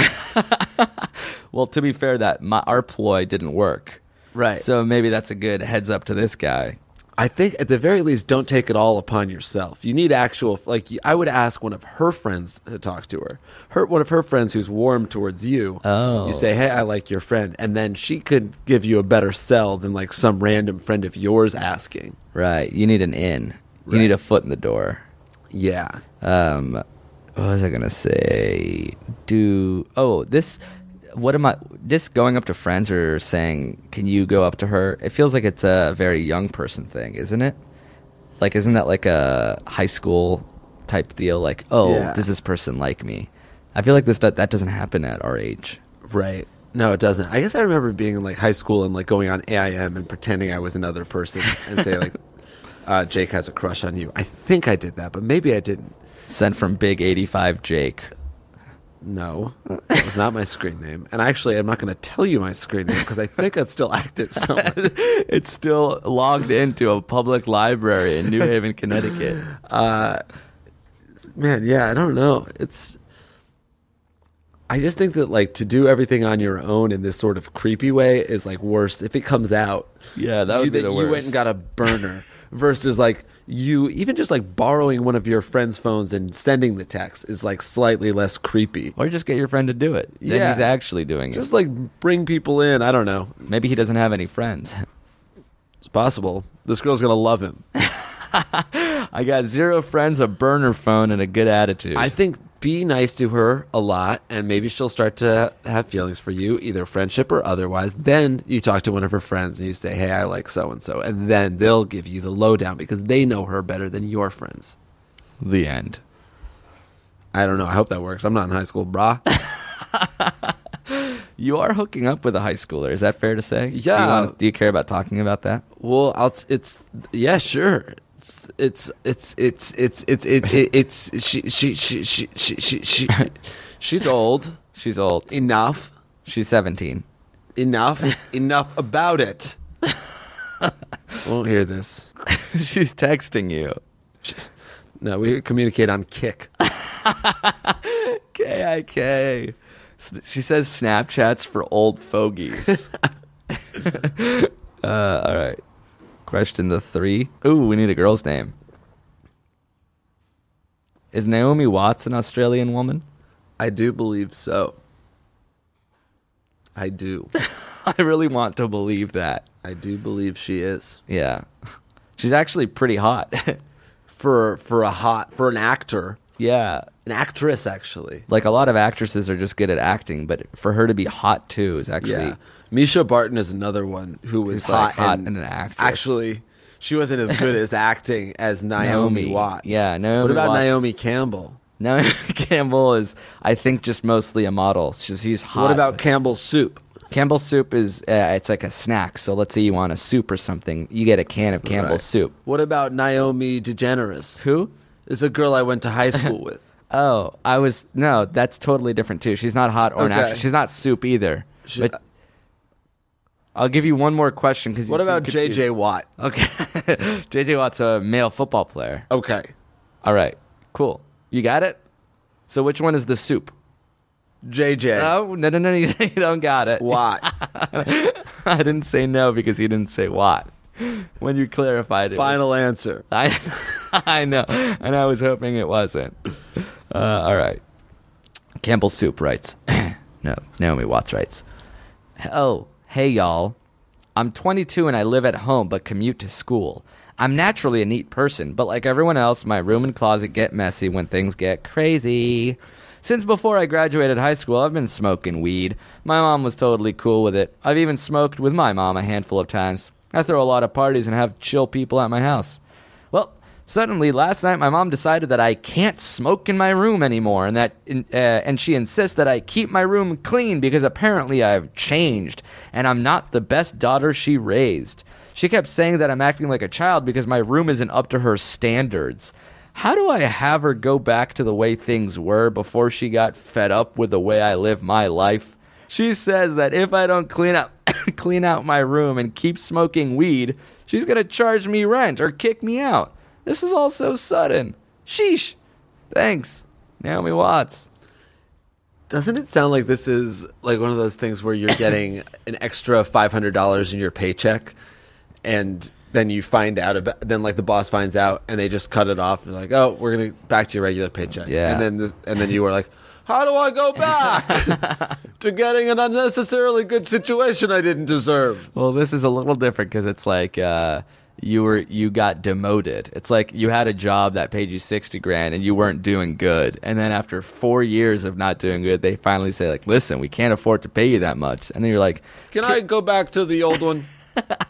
[SPEAKER 2] Well, to be fair, that my, our ploy didn't work.
[SPEAKER 6] Right.
[SPEAKER 2] So maybe that's a good heads up to this guy.
[SPEAKER 6] I think at the very least, don't take it all upon yourself. You need actual like I would ask one of her friends to talk to her. Her one of her friends who's warm towards you.
[SPEAKER 2] Oh.
[SPEAKER 6] you say, hey, I like your friend, and then she could give you a better sell than like some random friend of yours asking.
[SPEAKER 2] Right. You need an in. You
[SPEAKER 6] Right.
[SPEAKER 2] need a foot in the door.
[SPEAKER 6] Yeah,
[SPEAKER 2] Um, what was I gonna say? Do oh this? What am I? Just going up to friends or saying, "Can you go up to her?" It feels like it's a very young person thing, isn't it? Like, isn't that like a high school type deal? Like, oh,
[SPEAKER 6] Yeah.
[SPEAKER 2] does this person like me? I feel like this that, that doesn't happen at our age.
[SPEAKER 6] right. No, it doesn't. I guess I remember being in like high school and like going on AIM and pretending I was another person and say like, uh, Jake has a crush on you. I think I did that, but maybe I didn't.
[SPEAKER 2] Sent from Big Eighty Five Jake.
[SPEAKER 6] No, that was not my screen name. And actually, I'm not going to tell you my screen name because I think it's still active somewhere.
[SPEAKER 2] It's still logged into a public library in New Haven, Connecticut.
[SPEAKER 6] Man, yeah, I don't know. It's. I just think that like to do everything on your own in this sort of creepy way is like worse if it comes out.
[SPEAKER 2] Yeah, that
[SPEAKER 6] you,
[SPEAKER 2] would be the
[SPEAKER 6] You went
[SPEAKER 2] worst.
[SPEAKER 6] and got a burner versus like you even just like borrowing one of your friend's phones and sending the text is like slightly less creepy.
[SPEAKER 2] Or just get your friend to do it. Then
[SPEAKER 6] Yeah.
[SPEAKER 2] he's actually doing it.
[SPEAKER 6] Just like bring people in. I don't know.
[SPEAKER 2] Maybe he doesn't have any friends.
[SPEAKER 6] It's possible. This girl's gonna love him.
[SPEAKER 2] I got zero friends, a burner phone, and a good attitude.
[SPEAKER 6] I think be nice to her a lot, and maybe she'll start to have feelings for you, either friendship or otherwise. Then you talk to one of her friends and you say, "Hey, I like so and so," and then they'll give you the lowdown because they know her better than your friends.
[SPEAKER 2] the end.
[SPEAKER 6] I don't know. I hope that works. I'm not in high school, brah.
[SPEAKER 2] You are hooking up with a high schooler. Is that fair to say? Do
[SPEAKER 6] Yeah.
[SPEAKER 2] you, wanna- do you care about talking about that?
[SPEAKER 6] well, I'll t- it's yeah, sure. It's it's it's it's it's it's it, it, it's she she she she she she, she she's old
[SPEAKER 2] She's old.
[SPEAKER 6] enough
[SPEAKER 2] She's 17.
[SPEAKER 6] enough enough about it. Won't hear this.
[SPEAKER 2] She's texting you.
[SPEAKER 6] No, we communicate on kick.
[SPEAKER 2] K-I-K. S- She says Snapchats for old fogies. uh, all right. Question the three. Ooh, we need a girl's name. Is Naomi Watts an Australian woman?
[SPEAKER 6] I do believe so. I do.
[SPEAKER 2] I really want to believe that.
[SPEAKER 6] I do believe she is.
[SPEAKER 2] Yeah. She's actually pretty hot.
[SPEAKER 6] For for a hot for an actor.
[SPEAKER 2] yeah.
[SPEAKER 6] An actress actually.
[SPEAKER 2] Like a lot of actresses are just good at acting, but for her to be hot too is actually
[SPEAKER 6] Yeah. Misha Barton is another one who was
[SPEAKER 2] Who's, like,
[SPEAKER 6] hot,
[SPEAKER 2] hot
[SPEAKER 6] and,
[SPEAKER 2] and an actress.
[SPEAKER 6] Actually, she wasn't as good as acting as Naomi,
[SPEAKER 2] Naomi.
[SPEAKER 6] Watts.
[SPEAKER 2] Yeah, Naomi
[SPEAKER 6] What about
[SPEAKER 2] Watts.
[SPEAKER 6] Naomi Campbell?
[SPEAKER 2] Naomi Campbell is I think just mostly a model. She's he's hot.
[SPEAKER 6] What about Campbell's soup?
[SPEAKER 2] Campbell's soup is uh, it's like a snack. So let's say you want a soup or something, you get a can of Campbell's
[SPEAKER 6] Right.
[SPEAKER 2] soup.
[SPEAKER 6] What about Naomi DeGeneres?
[SPEAKER 2] Who?
[SPEAKER 6] is a girl I went to high school with.
[SPEAKER 2] Oh, I was no. That's totally different too. She's not hot or an
[SPEAKER 6] Okay.
[SPEAKER 2] actress. She's not soup either.
[SPEAKER 6] She-
[SPEAKER 2] but I'll give you one more question because
[SPEAKER 6] What about JJ Watt?
[SPEAKER 2] Okay, JJ Watt's a male football player.
[SPEAKER 6] Okay.
[SPEAKER 2] All right, cool. You got it. So which one is the soup?
[SPEAKER 6] JJ
[SPEAKER 2] Oh no no no! You don't got it.
[SPEAKER 6] Watt.
[SPEAKER 2] I didn't say no because he didn't say what. When you clarified it, it was-
[SPEAKER 6] Final answer.
[SPEAKER 2] I, I know, and I was hoping it wasn't. Uh, all right. Campbell Soup writes, no, Naomi Watts writes, oh, hey y'all, I'm 22 and I live at home but commute to school. I'm naturally a neat person, but like everyone else, my room and closet get messy when things get crazy. Since before I graduated high school, I've been smoking weed. My mom was totally cool with it. I've even smoked with my mom a handful of times. I throw a lot of parties and have chill people at my house. Well, suddenly last night my mom decided that I can't smoke in my room anymore, and that uh, and she insists that I keep my room clean because apparently I've changed and I'm not the best daughter she raised. She kept saying that I'm acting like a child because my room isn't up to her standards. How do I have her go back to the way things were before she got fed up with the way I live my life? She says that if I don't clean up clean out my room and keep smoking weed, she's going to charge me rent or kick me out. This is all so sudden. Sheesh. Thanks, Naomi Watts.
[SPEAKER 6] Doesn't it sound like this is like one of those things where you're getting an extra five hundred dollars in your paycheck, and then you find out about then like the boss finds out and they just cut it off. And like, oh, we're gonna back to your regular paycheck.
[SPEAKER 2] Yeah.
[SPEAKER 6] and then this, and then you were like, how do I go back to getting an unnecessarily good situation I didn't deserve?
[SPEAKER 2] Well, this is a little different because it's like uh, you were you got demoted. It's like you had a job that paid you sixty grand and you weren't doing good. And then after four years of not doing good, they finally say like, "Listen, we can't afford to pay you that much." And then you're like,
[SPEAKER 6] Can I go back to the old one?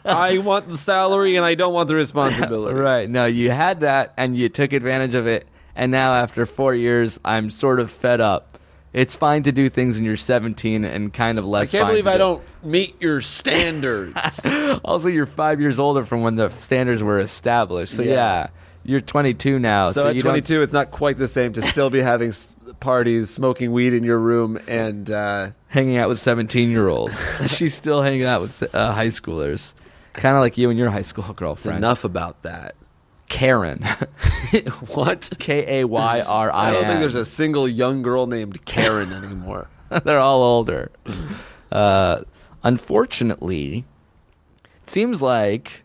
[SPEAKER 6] I want the salary and I don't want the responsibility.
[SPEAKER 2] Right. No, you had that and you took advantage of it. And now, after four years, I'm sort of fed up. It's fine to do things when you're 17 and kind of
[SPEAKER 6] I
[SPEAKER 2] less.
[SPEAKER 6] can't
[SPEAKER 2] fine
[SPEAKER 6] believe
[SPEAKER 2] to
[SPEAKER 6] I
[SPEAKER 2] do.
[SPEAKER 6] don't meet your standards.
[SPEAKER 2] Also, you're five years older from when the standards were established. So, yeah,
[SPEAKER 6] Yeah.
[SPEAKER 2] you're 22 now. So,
[SPEAKER 6] So,
[SPEAKER 2] you
[SPEAKER 6] at 22, it's not quite the same to still be having s- parties, smoking weed in your room, and uh,
[SPEAKER 2] don't hanging out with 17 year olds. She's still hanging out with uh, high schoolers. Kind of like you and your high school girlfriend.
[SPEAKER 6] enough about that.
[SPEAKER 2] Karen.
[SPEAKER 6] what?
[SPEAKER 2] K A Y R I
[SPEAKER 6] I
[SPEAKER 2] N.
[SPEAKER 6] don't think there's a single young girl named Karen anymore.
[SPEAKER 2] They're all older. Uh, unfortunately, it seems like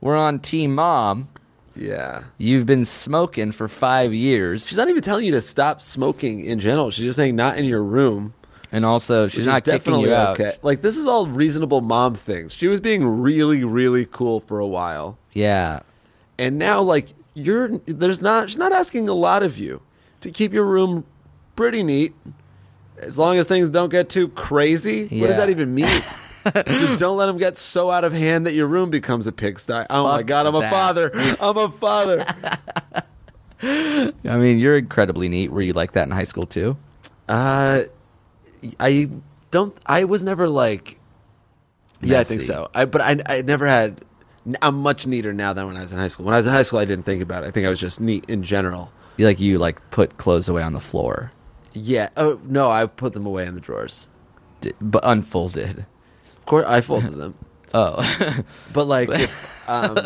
[SPEAKER 2] we're on Team Mom.
[SPEAKER 6] yeah.
[SPEAKER 2] You've been smoking for five years,
[SPEAKER 6] She's not even telling you to stop smoking in general. She's just saying not in your room.
[SPEAKER 2] and also she's
[SPEAKER 6] which is
[SPEAKER 2] not kicking
[SPEAKER 6] definitely
[SPEAKER 2] you out.
[SPEAKER 6] okay. Like this is all reasonable mom things. She was being really, really cool for a while,
[SPEAKER 2] Yeah,
[SPEAKER 6] and now like you're there's not she's not asking a lot of you to keep your room pretty neat as long as things don't get too crazy what
[SPEAKER 2] Yeah.
[SPEAKER 6] does that even mean just don't let them get so out of hand that your room becomes a pigsty oh my
[SPEAKER 2] Fuck
[SPEAKER 6] god i'm
[SPEAKER 2] that.
[SPEAKER 6] a father i'm a father
[SPEAKER 2] I mean you're incredibly neat. Were you like that in high school too?
[SPEAKER 6] uh i don't i was never like yeah i think
[SPEAKER 2] Messy.
[SPEAKER 6] so i but i i never had i'm much neater now than when i was in high school when i was in high school i didn't think about it i think i was just neat in general
[SPEAKER 2] You like you like put clothes away on the floor,
[SPEAKER 6] yeah oh no i put them away in the drawers
[SPEAKER 2] D- but unfolded.
[SPEAKER 6] Of course, I folded them.
[SPEAKER 2] Oh,
[SPEAKER 6] But like, if, um,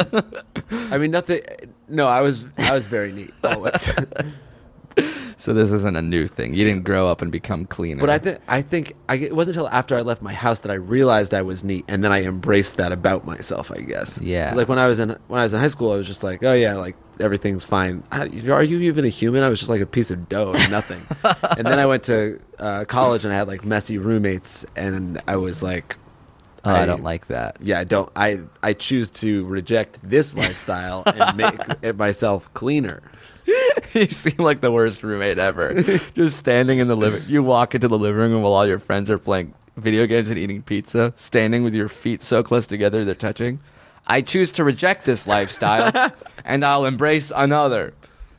[SPEAKER 6] I mean, nothing. No, I was I was very neat always.
[SPEAKER 2] so this isn't a new thing. You didn't grow up and become cleaner.
[SPEAKER 6] but I think I think I, it wasn't until after I left my house that I realized I was neat, and then I embraced that about myself. I guess.
[SPEAKER 2] Yeah.
[SPEAKER 6] Like when I was in when I was in high school, I was just like, oh yeah, like everything's fine. How- Are you even a human? I was just like a piece of dough, and nothing. and then I went to uh, college, and I had like messy roommates, and I was like,
[SPEAKER 2] oh, I
[SPEAKER 6] I-
[SPEAKER 2] don't like that.
[SPEAKER 6] yeah i don't i i choose to reject this lifestyle and make it myself cleaner
[SPEAKER 2] you seem like the worst roommate ever. Just standing in the living. You walk into the living room while all your friends are playing video games and eating pizza, standing with your feet so close together they're touching. I choose to reject this lifestyle, and I'll embrace another.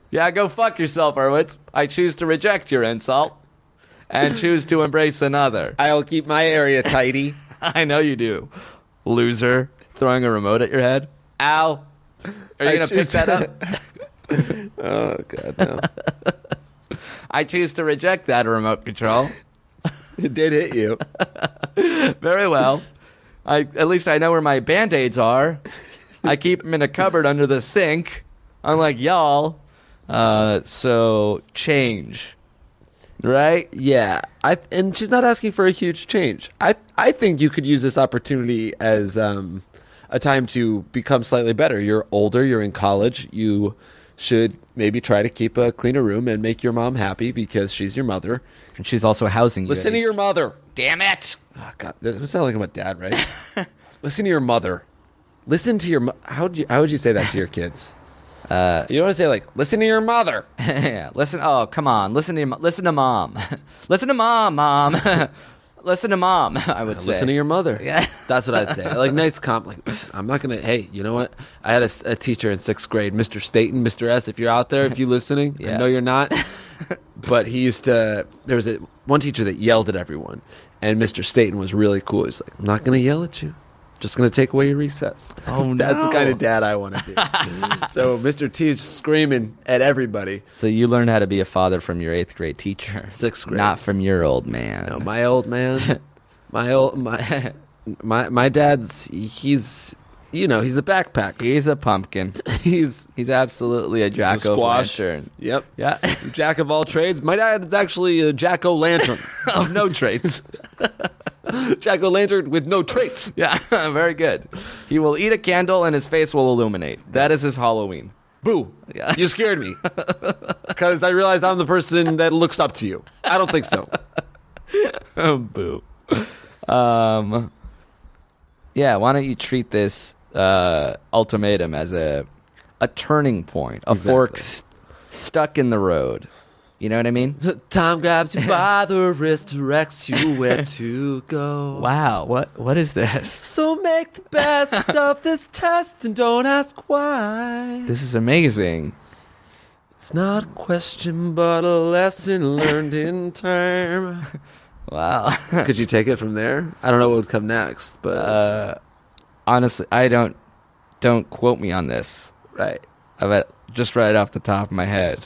[SPEAKER 2] Yeah, go fuck yourself, Erwitz. I choose to reject your insult, and choose to embrace another.
[SPEAKER 6] i'll keep my area tidy
[SPEAKER 2] I know you do, loser. Throwing a remote at your head. Ow. Are you
[SPEAKER 6] I
[SPEAKER 2] gonna pick
[SPEAKER 6] choose-
[SPEAKER 2] that up?
[SPEAKER 6] oh god no
[SPEAKER 2] I choose to reject that remote control.
[SPEAKER 6] it did hit you
[SPEAKER 2] Very well. I at least I know where my band aids are. I keep them in a cupboard under the sink, unlike y'all. Uh, so change, right?
[SPEAKER 6] yeah i and she's not asking for a huge change i i think you could use this opportunity as um a time to become slightly better you're older you're in college you should maybe try to keep a cleaner room and make your mom happy because she's your mother
[SPEAKER 2] And she's also housing you.
[SPEAKER 6] listen to your mother
[SPEAKER 2] damn it.
[SPEAKER 6] Oh, God, that sounds like I'm a dad, right? Listen to your mother. Listen to your. mo- How do you? How would you say that to your kids? Uh, you don't want to say like, listen to your mother.
[SPEAKER 2] yeah, listen. Oh, come on. Listen to your, mo- listen to mom. listen to mom, mom. listen to mom. I would say.
[SPEAKER 6] Listen to your mother.
[SPEAKER 2] Yeah.
[SPEAKER 6] that's what I'd say. Like nice comp. Like I'm not gonna. Hey, you know what? I had a, s- a teacher in sixth grade, Mr. Staten, Mr. S. If you're out there, if you're listening,
[SPEAKER 2] Yeah.
[SPEAKER 6] I know you're not. but he used to. There was a one teacher that yelled at everyone, and Mr. Staten was really cool. He's like, I'm not gonna yell at you. Just gonna take away your recess.
[SPEAKER 2] Oh,
[SPEAKER 6] that's
[SPEAKER 2] no.
[SPEAKER 6] the kind of dad I want to be. so Mr. T is screaming at everybody.
[SPEAKER 2] so you learned how to be a father from your eighth grade teacher,
[SPEAKER 6] Sixth grade.
[SPEAKER 2] not from your old man.
[SPEAKER 6] No, my old man. My old my my my dad's he's you know he's a backpack.
[SPEAKER 2] He's a pumpkin.
[SPEAKER 6] He's
[SPEAKER 2] He's absolutely a jack o'
[SPEAKER 6] squash.
[SPEAKER 2] lantern.
[SPEAKER 6] yep.
[SPEAKER 2] Yeah.
[SPEAKER 6] Jack of all trades. My dad's actually a jack o' lantern of no traits. jack o' lantern with no traits.
[SPEAKER 2] Yeah, very good. He will eat a candle and his face will illuminate. That is his Halloween.
[SPEAKER 6] Boo!
[SPEAKER 2] Yeah.
[SPEAKER 6] You scared me because I realized I'm the person that looks up to you. I don't think so.
[SPEAKER 2] Oh, boo. Um, yeah, why don't you treat this uh, ultimatum as a a turning point, a fork st- stuck in the road. You know what I mean?
[SPEAKER 6] Time grabs you by the wrist, directs you where to go.
[SPEAKER 2] Wow, what what is this?
[SPEAKER 6] So make the best of this test and don't ask why.
[SPEAKER 2] This is amazing.
[SPEAKER 6] It's not a question, but a lesson learned in time.
[SPEAKER 2] Wow.
[SPEAKER 6] Could you take it from there? I don't know what would come next, but uh,
[SPEAKER 2] Honestly, I don't don't quote me on this.
[SPEAKER 6] right.
[SPEAKER 2] I bet just right off the top of my head,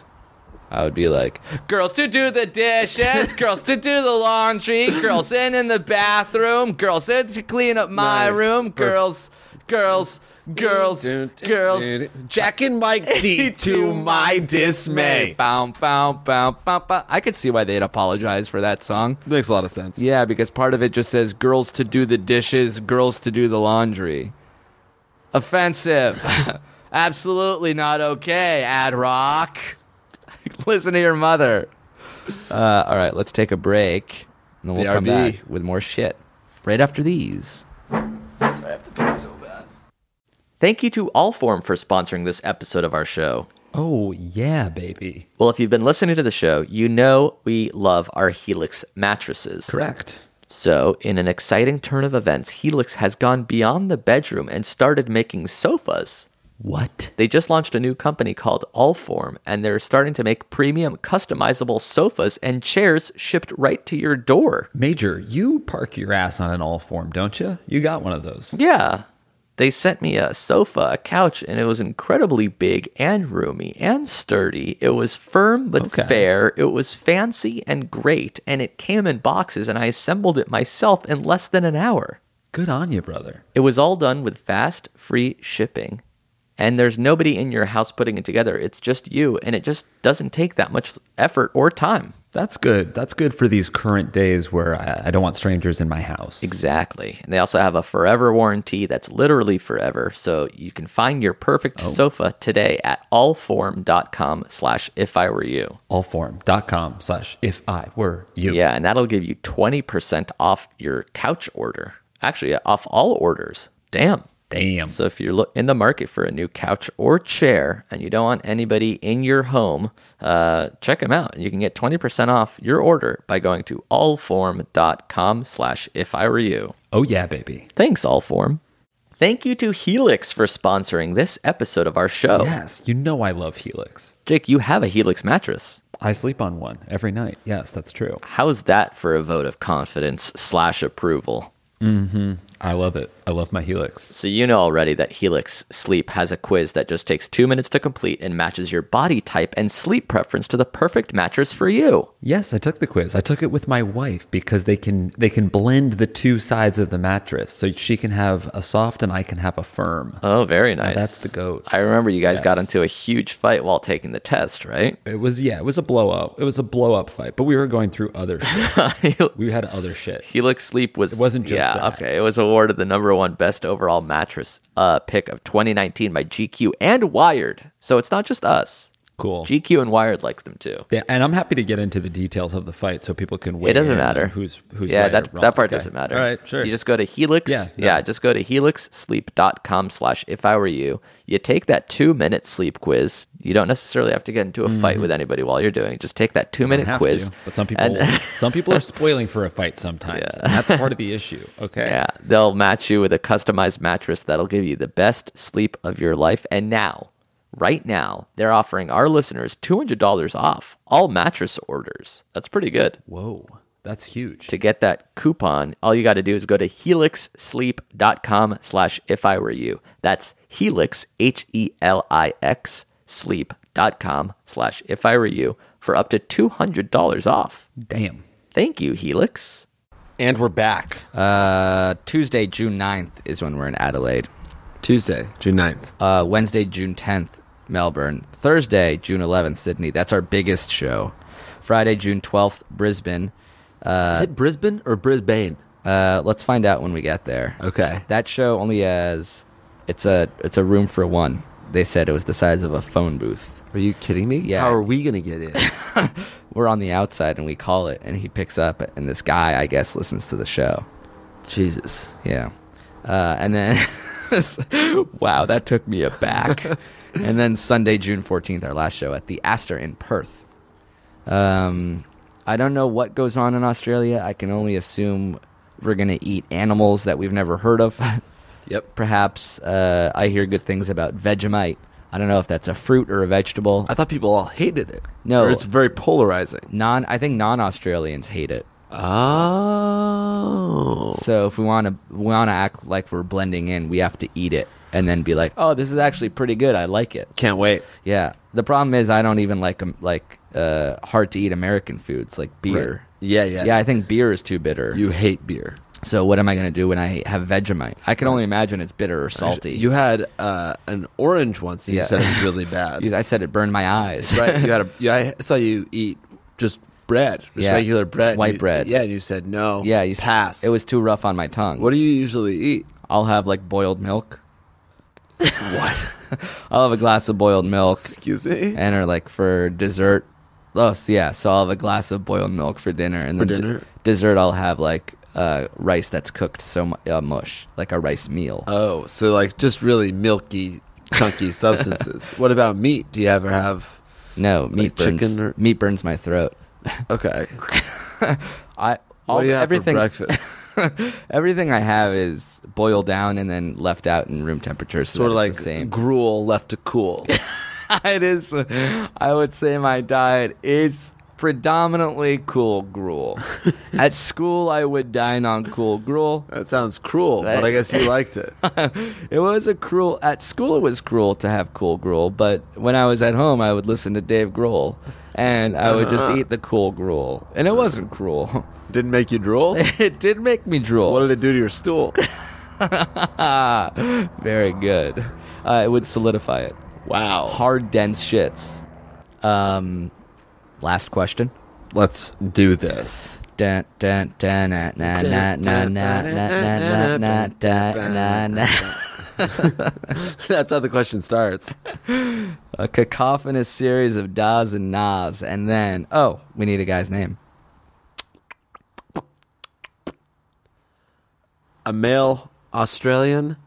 [SPEAKER 2] I would be like, "Girls to do the dishes, girls to do the laundry, girls in in the bathroom, girls in to clean up my
[SPEAKER 6] Nice.
[SPEAKER 2] room,
[SPEAKER 6] Perfect.
[SPEAKER 2] girls, girls, girls, girls."
[SPEAKER 6] Jack and Mike D to my dismay.
[SPEAKER 2] bow, bow, bow, bow, bow. I could see why they'd apologize for that song.
[SPEAKER 6] Makes a lot of sense.
[SPEAKER 2] Yeah, because part of it just says girls to do the dishes, girls to do the laundry. Offensive. Absolutely not okay, Ad Rock. Listen to your mother. Uh, all right, let's take a break, and then we'll come
[SPEAKER 6] BRB.
[SPEAKER 2] back with more shit right after these.
[SPEAKER 7] Thank you to Allform for sponsoring this episode of our show.
[SPEAKER 1] Oh, yeah, baby.
[SPEAKER 7] Well, if you've been listening to the show, you know we love our Helix mattresses.
[SPEAKER 1] Correct.
[SPEAKER 7] So, in an exciting turn of events, Helix has gone beyond the bedroom and started making sofas.
[SPEAKER 1] What?
[SPEAKER 7] They just launched a new company called Allform, and they're starting to make premium customizable sofas and chairs shipped right to your door.
[SPEAKER 1] Major, you park your ass on an all form, don't you? You got one of those.
[SPEAKER 7] Yeah. They sent me a sofa, a couch, and it was incredibly big and roomy and sturdy. It was firm but fair. It was fancy and great, and it came in boxes, and I assembled it myself in less than an hour.
[SPEAKER 1] Good on you, brother.
[SPEAKER 7] It was all done with fast, free shipping. And there's nobody in your house putting it together. It's just you, and it just doesn't take that much effort or time.
[SPEAKER 1] That's good. That's good for these current days where I, I don't want strangers in my house.
[SPEAKER 7] Exactly. And they also have a forever warranty that's literally forever. So you can find your perfect sofa today at allform.com slash if I were you.
[SPEAKER 1] Allform.com slash if I were you.
[SPEAKER 7] Yeah, and that'll give you 20% off your couch order. Actually, uh, off all orders. Damn.
[SPEAKER 1] Damn.
[SPEAKER 7] So if you're look in the market for a new couch or chair and you don't want anybody in your home, uh, check them out. You can get 20% off your order by going to allform.com slash if I were you.
[SPEAKER 1] Oh, yeah, baby.
[SPEAKER 7] Thanks, Allform. Thank you to Helix for sponsoring this episode of our show.
[SPEAKER 1] Yes, you know I love Helix.
[SPEAKER 7] Jake, you have a Helix mattress.
[SPEAKER 1] I sleep on one every night. Yes, that's true.
[SPEAKER 7] How's that for a vote of confidence slash approval?
[SPEAKER 1] I love it. I love my Helix.
[SPEAKER 7] So you know already that Helix Sleep has a quiz that just takes two minutes to complete and matches your body type and sleep preference to the perfect mattress for you.
[SPEAKER 1] Yes, I took the quiz. I took it with my wife because they can they can blend the two sides of the mattress, so she can have a soft and I can have a firm.
[SPEAKER 7] Oh, very nice.
[SPEAKER 1] that's the goat.
[SPEAKER 7] I remember you guys got
[SPEAKER 1] Yes.
[SPEAKER 7] into a huge fight while taking the test, right?
[SPEAKER 1] It was yeah, it was a blow up. It was a blow up fight, but we were going through other. shit. we had other shit.
[SPEAKER 7] Helix Sleep was
[SPEAKER 1] It wasn't just
[SPEAKER 7] yeah
[SPEAKER 1] that.
[SPEAKER 7] okay it was awarded the number one best overall mattress uh, pick of 2019 by GQ and Wired so it's not just us
[SPEAKER 1] Cool.
[SPEAKER 7] GQ and Wired likes them too
[SPEAKER 1] Yeah, and I'm happy to get into the details of the fight so people can wait.
[SPEAKER 7] it doesn't matter
[SPEAKER 1] who's who's
[SPEAKER 7] yeah
[SPEAKER 1] right
[SPEAKER 7] that
[SPEAKER 1] or wrong.
[SPEAKER 7] that part
[SPEAKER 1] Okay.
[SPEAKER 7] doesn't matter
[SPEAKER 1] All right, sure.
[SPEAKER 7] you just go to Helix
[SPEAKER 1] Yeah, no.
[SPEAKER 7] yeah just go to helixsleep.com slash if I were you you take that two minute sleep quiz you don't necessarily have to get into a fight with anybody while you're doing it just take that two minute
[SPEAKER 1] Mm-hmm. have
[SPEAKER 7] quiz
[SPEAKER 1] to, but some people
[SPEAKER 7] and-
[SPEAKER 1] some people are spoiling for a fight sometimes, and that's part of the issue. Okay.
[SPEAKER 7] Yeah, they'll match you with a customized mattress that'll give you the best sleep of your life. And now, right now, they're offering our listeners $200 off all mattress orders. That's pretty good.
[SPEAKER 1] Whoa, that's huge.
[SPEAKER 7] To get that coupon, all you got to do is go to helixsleep.com slash if I were you. That's helix, H E L I X, sleep.com slash if I were you for up to $200 off.
[SPEAKER 1] Damn.
[SPEAKER 7] Thank you, Helix.
[SPEAKER 6] And we're back.
[SPEAKER 2] Uh, Tuesday, June 9th is when we're in Adelaide.
[SPEAKER 6] Tuesday, June 9th.
[SPEAKER 2] Uh, Wednesday, June 10th, Melbourne. Thursday, June 11th, Sydney. That's our biggest show. Friday, June 12th, Brisbane.
[SPEAKER 6] Is it Brisbane or Brisbane?
[SPEAKER 2] Uh, let's find out when we get there.
[SPEAKER 6] Okay.
[SPEAKER 2] That show only has it's a it's a room for one. They said it was the size of a phone booth.
[SPEAKER 6] Are you kidding me?
[SPEAKER 2] Yeah.
[SPEAKER 6] How are we going to get in?
[SPEAKER 2] We're on the outside and we call it, and he picks up, and this guy I guess listens to the show.
[SPEAKER 6] Jesus.
[SPEAKER 2] Yeah. Uh, and then, wow, that took me aback. and then Sunday, June 14th, our last show at the Astor in Perth. Um, I don't know what goes on in Australia. I can only assume we're going to eat animals that we've never heard of.
[SPEAKER 6] Yep.
[SPEAKER 2] Perhaps uh, I hear good things about Vegemite. I don't know if that's a fruit or a vegetable.
[SPEAKER 6] I thought people all hated it.
[SPEAKER 2] No.
[SPEAKER 6] Or it's very polarizing.
[SPEAKER 2] Non, I think non-Australians hate it.
[SPEAKER 6] Oh.
[SPEAKER 2] So if we want to we want to act like we're blending in, we have to eat it and then be like, "Oh, this is actually pretty good. I like it."
[SPEAKER 6] Can't wait.
[SPEAKER 2] Yeah. The problem is I don't even like um, like uh, hard to eat American foods like beer.
[SPEAKER 6] Yeah, yeah.
[SPEAKER 2] Yeah, I think beer is too bitter.
[SPEAKER 6] You hate beer.
[SPEAKER 2] so what am I going to do when I have Vegemite? I can only imagine it's bitter or salty.
[SPEAKER 6] You had uh, an orange once and
[SPEAKER 2] Yeah.
[SPEAKER 6] you said it was really bad.
[SPEAKER 2] I said it burned my eyes.
[SPEAKER 6] right? You had a. Yeah, I saw you eat just bread, just
[SPEAKER 2] Yeah.
[SPEAKER 6] regular bread,
[SPEAKER 2] White
[SPEAKER 6] You-
[SPEAKER 2] bread.
[SPEAKER 6] Yeah, and you said no.
[SPEAKER 2] yeah, you s-
[SPEAKER 6] pass.
[SPEAKER 2] It was too rough on my tongue.
[SPEAKER 6] What do you usually eat?
[SPEAKER 2] I'll have like boiled milk. what? I'll have a glass of boiled milk.
[SPEAKER 6] Excuse me.
[SPEAKER 2] and or like for dessert. Oh, so yeah. So I'll have a glass of boiled milk for dinner, and
[SPEAKER 6] For
[SPEAKER 2] then d-
[SPEAKER 6] dinner?
[SPEAKER 2] dessert I'll have like uh, rice that's cooked so mu- uh, mush, like a rice meal.
[SPEAKER 6] oh, so like just really milky, chunky substances. What about meat? Do you ever have?
[SPEAKER 2] no, meat burns.
[SPEAKER 6] chicken or-
[SPEAKER 2] Meat burns my throat.
[SPEAKER 6] Okay.
[SPEAKER 2] I all
[SPEAKER 6] what do you have
[SPEAKER 2] everything
[SPEAKER 6] for breakfast?
[SPEAKER 2] everything I have is boiled down and then left out in room temperature. So
[SPEAKER 6] sort of
[SPEAKER 2] that
[SPEAKER 6] like
[SPEAKER 2] it's the same.
[SPEAKER 6] gruel left to cool.
[SPEAKER 2] it is. I would say my diet is predominantly cool gruel. At school, I would dine on cool gruel.
[SPEAKER 6] that sounds cruel, but I guess you liked it.
[SPEAKER 2] it was a cruel at school it was cruel to have cool gruel but when i was at home i would listen to dave grohl and i would just eat the cool gruel and it wasn't cruel
[SPEAKER 6] Didn't make you drool.
[SPEAKER 2] it did make me drool
[SPEAKER 6] What did it do to your stool?
[SPEAKER 2] very good uh, it would solidify it
[SPEAKER 6] Wow.
[SPEAKER 2] hard dense shits um last question
[SPEAKER 6] Let's do this.
[SPEAKER 2] Dun, dun, dun, na, na, na, na, na, na, na, na, dun, na, na.
[SPEAKER 6] That's how the question starts.
[SPEAKER 2] A cacophonous series of das and nas, and then oh, we need a guy's name.
[SPEAKER 6] a male Australian,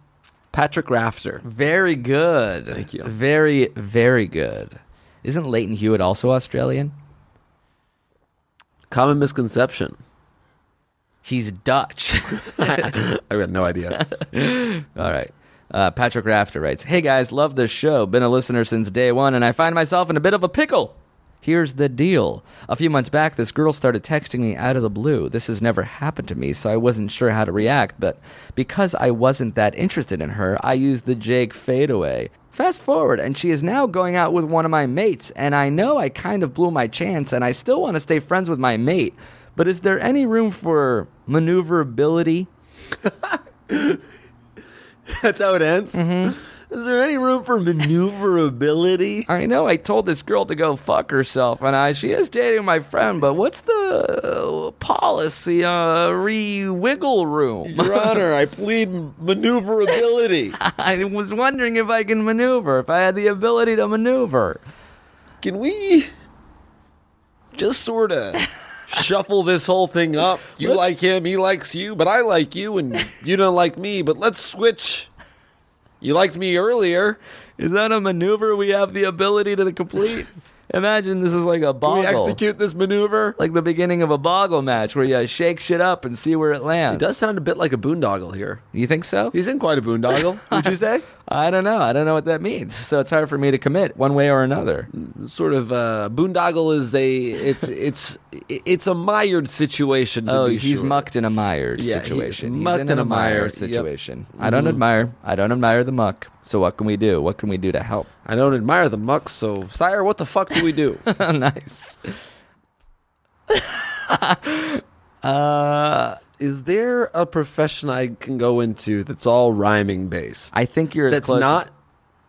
[SPEAKER 6] Patrick Rafter.
[SPEAKER 2] Very good. Thank
[SPEAKER 6] you.
[SPEAKER 2] Very, very good. Isn't Leighton Hewitt also Australian?
[SPEAKER 6] Common misconception.
[SPEAKER 2] He's Dutch.
[SPEAKER 6] I got no idea.
[SPEAKER 2] All right. Uh, Patrick Rafter writes Hey guys, love this show. Been a listener since day one, and I find myself in a bit of a pickle. Here's the deal. A few months back, this girl started texting me out of the blue. This has never happened to me, so I wasn't sure how to react, but because I wasn't that interested in her, I used the Jake fadeaway. Fast forward, and she is now going out with one of my mates, and I know I kind of blew my chance, and I still want to stay friends with my mate, but is there any room for maneuverability?
[SPEAKER 6] That's how it ends. Is there any room for maneuverability?
[SPEAKER 2] I know I told this girl to go fuck herself, and I she is dating my friend, but what's the uh, policy uh, re wiggle room?
[SPEAKER 6] Your Honor, I plead maneuverability.
[SPEAKER 2] I was wondering if I can maneuver, if I had the ability to maneuver.
[SPEAKER 6] Can we just sort of shuffle this whole thing up? You like him, he likes you, but I like you, and you don't like me, but let's switch. You liked me earlier.
[SPEAKER 2] Is that a maneuver we have the ability to complete? Imagine this is like a
[SPEAKER 6] Can we
[SPEAKER 2] boggle,
[SPEAKER 6] execute this maneuver?
[SPEAKER 2] like the beginning of a boggle match where you shake shit up and see where it lands.
[SPEAKER 6] It does sound a bit like a boondoggle here.
[SPEAKER 2] You think so?
[SPEAKER 6] He's in quite a boondoggle, would you say?
[SPEAKER 2] I don't know. I don't know what that means. So it's hard for me to commit one way or another.
[SPEAKER 6] Sort of uh, boondoggle is a it's it's it's a mired situation. To
[SPEAKER 2] oh,
[SPEAKER 6] be
[SPEAKER 2] he's
[SPEAKER 6] sure.
[SPEAKER 2] mucked in a mired
[SPEAKER 6] Yeah, he's
[SPEAKER 2] situation.
[SPEAKER 6] mucked
[SPEAKER 2] in
[SPEAKER 6] in
[SPEAKER 2] a
[SPEAKER 6] a mire,
[SPEAKER 2] mired
[SPEAKER 6] yep. Mm-hmm.
[SPEAKER 2] situation. I don't admire. I don't admire the muck. So what can we do? What can we do to help?
[SPEAKER 6] I don't admire the muck, so sire, what the fuck do we do?
[SPEAKER 2] nice.
[SPEAKER 6] Is there a profession I can go into that's all rhyming based?
[SPEAKER 2] I think you're as
[SPEAKER 6] that's
[SPEAKER 2] close.
[SPEAKER 6] not
[SPEAKER 2] as-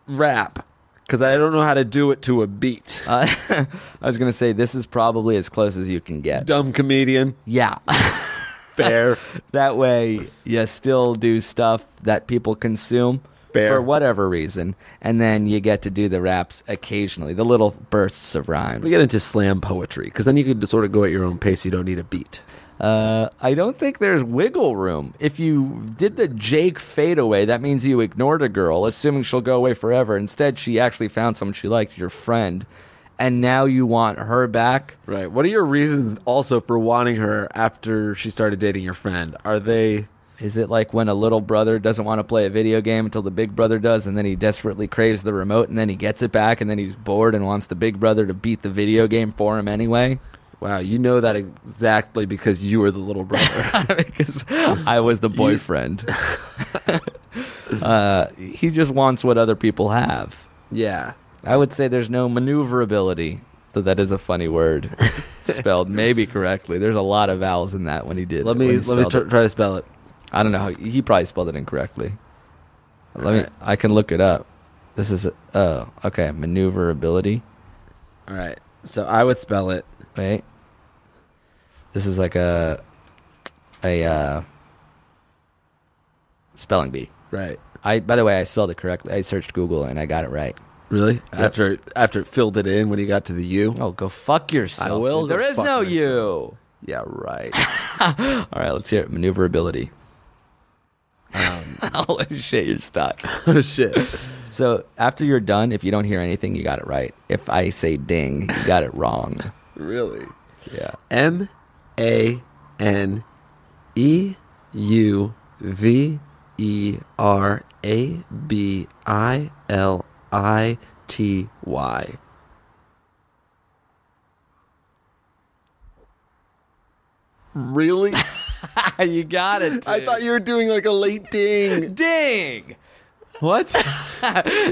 [SPEAKER 6] rap because I don't know how to do it to a beat.
[SPEAKER 2] uh, I was gonna say this is probably as close as you can get.
[SPEAKER 6] Dumb comedian.
[SPEAKER 2] Yeah.
[SPEAKER 6] Fair.
[SPEAKER 2] that way you still do stuff that people consume
[SPEAKER 6] Fair.
[SPEAKER 2] for whatever reason and then you get to do the raps occasionally the little bursts of rhymes
[SPEAKER 6] we get into slam poetry because then you can just sort of go at your own pace. You don't need a beat.
[SPEAKER 2] uh, i don't think there's wiggle room if you did the jake fadeaway that means you ignored a girl assuming she'll go away forever instead she actually found someone she liked your friend and now you want her back
[SPEAKER 6] Right. What are your reasons also for wanting her after she started dating your friend? Are they
[SPEAKER 2] Is it like when a little brother doesn't want to play a video game until the big brother does, and then he desperately craves the remote, and then he gets it back, and then he's bored and wants the big brother to beat the video game for him anyway?
[SPEAKER 6] Wow, you know that exactly because you were the little brother.
[SPEAKER 2] because I was the boyfriend. uh, he just wants what other people have.
[SPEAKER 6] yeah.
[SPEAKER 2] I would say there's no maneuverability, though that is a funny word, spelled maybe correctly. There's a lot of vowels in that when he did.
[SPEAKER 6] Let
[SPEAKER 2] when
[SPEAKER 6] me
[SPEAKER 2] he
[SPEAKER 6] let me
[SPEAKER 2] spelled
[SPEAKER 6] tr-
[SPEAKER 2] it.
[SPEAKER 6] try to spell it.
[SPEAKER 2] I don't know. how He probably spelled it incorrectly. Let me.
[SPEAKER 6] Alright.
[SPEAKER 2] I can look it up. This is. Oh, okay. Maneuverability.
[SPEAKER 6] All right. So I would spell it.
[SPEAKER 2] Wait. This is like a a uh, spelling bee.
[SPEAKER 6] Right.
[SPEAKER 2] I. By the way, I spelled it correctly. I searched Google and I got it right.
[SPEAKER 6] Really? After after it filled it in when he got to the U.
[SPEAKER 2] Oh, go fuck yourself.
[SPEAKER 6] I will
[SPEAKER 2] dude.
[SPEAKER 6] go
[SPEAKER 2] There is
[SPEAKER 6] fuck
[SPEAKER 2] no
[SPEAKER 6] myself.
[SPEAKER 2] you.
[SPEAKER 6] Yeah, right.
[SPEAKER 2] All right. Let's hear it. Maneuverability. Um, Holy shit, you're stuck.
[SPEAKER 6] oh shit.
[SPEAKER 2] So after you're done, if you don't hear anything, you got it right. If I say ding, you got it wrong.
[SPEAKER 6] Really?
[SPEAKER 2] Yeah.
[SPEAKER 6] M A N E U V E R A B I L I T Y. Really?
[SPEAKER 2] you got it. Dude.
[SPEAKER 6] I thought you were doing like a late ding.
[SPEAKER 2] ding.
[SPEAKER 6] What?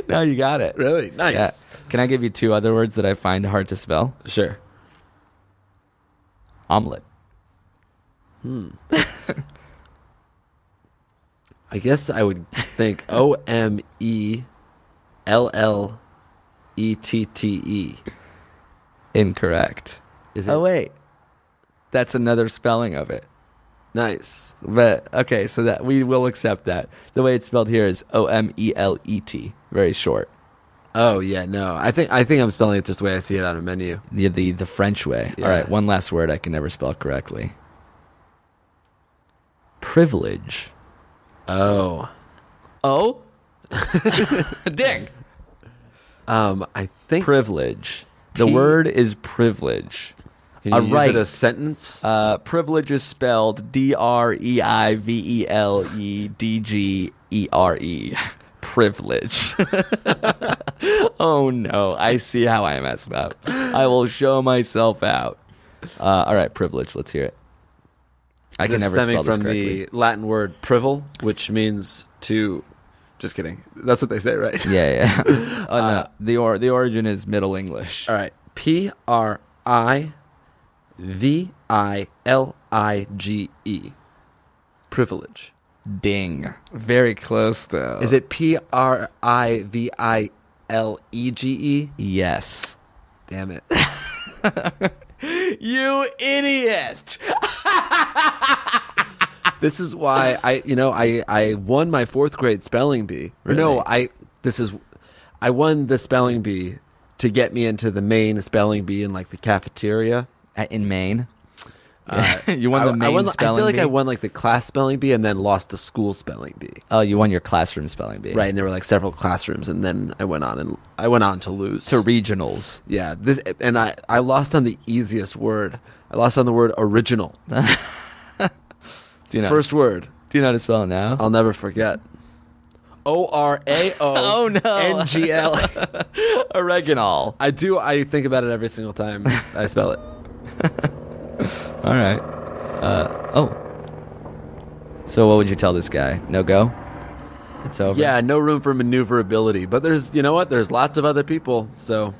[SPEAKER 2] No, you got it.
[SPEAKER 6] really? Nice.
[SPEAKER 2] Yeah. Can I give you two other words that I find hard to spell?
[SPEAKER 6] Sure.
[SPEAKER 2] Omelet.
[SPEAKER 6] I guess I would think O M E L L E T T E.
[SPEAKER 2] Incorrect.
[SPEAKER 6] Is
[SPEAKER 2] Oh wait. That's another spelling of it.
[SPEAKER 6] Nice.
[SPEAKER 2] But okay, so that we will accept that. The way it's spelled here is O M E L E T. Very short.
[SPEAKER 6] Oh yeah, no. I think I think I'm spelling it just the way I see it on a menu.
[SPEAKER 2] The the, the French way.
[SPEAKER 6] Yeah.
[SPEAKER 2] All right, one last word I can never spell correctly. Privilege.
[SPEAKER 6] Oh.
[SPEAKER 2] Oh. Ding.
[SPEAKER 6] Um I think
[SPEAKER 2] Privilege. The
[SPEAKER 6] P-
[SPEAKER 2] word is privilege.
[SPEAKER 6] can you
[SPEAKER 2] a
[SPEAKER 6] use
[SPEAKER 2] right.
[SPEAKER 6] it as sentence?
[SPEAKER 2] Uh, privilege is spelled D R E I V E L E D G E R E. Privilege. oh no, I see how I messed up. I will show myself out. Uh, all right, privilege. Let's hear it. I can
[SPEAKER 6] This
[SPEAKER 2] never
[SPEAKER 6] stemming
[SPEAKER 2] spell this
[SPEAKER 6] from
[SPEAKER 2] correctly.
[SPEAKER 6] the Latin word privil, which means to just kidding. That's what they say, right?
[SPEAKER 2] Yeah, yeah. Oh, no. the or the origin is Middle English.
[SPEAKER 6] All right. P R I V I L I G E. Privilege.
[SPEAKER 2] Ding. Very close though.
[SPEAKER 6] Is it P R I V I L E G E?
[SPEAKER 2] Yes.
[SPEAKER 6] Damn it.
[SPEAKER 2] You idiot.
[SPEAKER 6] This is why I, you know, I I won my fourth grade spelling bee. Or No,
[SPEAKER 2] Really?
[SPEAKER 6] I this is I won the spelling bee to get me into the main spelling bee in like the cafeteria.
[SPEAKER 2] Uh, In Maine. you Uh, won
[SPEAKER 6] I,
[SPEAKER 2] the
[SPEAKER 6] I
[SPEAKER 2] main
[SPEAKER 6] won-
[SPEAKER 2] spelling
[SPEAKER 6] I feel like
[SPEAKER 2] bee?
[SPEAKER 6] I won like the class spelling bee and then lost the school spelling bee.
[SPEAKER 2] Oh, you won your classroom spelling bee.
[SPEAKER 6] Right, and there were like several classrooms, and then I went on and I went on to lose.
[SPEAKER 2] To regionals.
[SPEAKER 6] yeah, this and I I lost on the easiest word. I lost on the word original.
[SPEAKER 2] Do you know,
[SPEAKER 6] First word
[SPEAKER 2] do you know how to spell it now?
[SPEAKER 6] I'll never forget. O R A O
[SPEAKER 2] Oh, no.
[SPEAKER 6] N G L.
[SPEAKER 2] Oregano.
[SPEAKER 6] I do. I think about it every single time I spell it.
[SPEAKER 2] All right. Uh, oh. So what would you tell this guy? No go? It's over.
[SPEAKER 6] Yeah, no room for maneuverability. But there's, you know what? There's lots of other people. So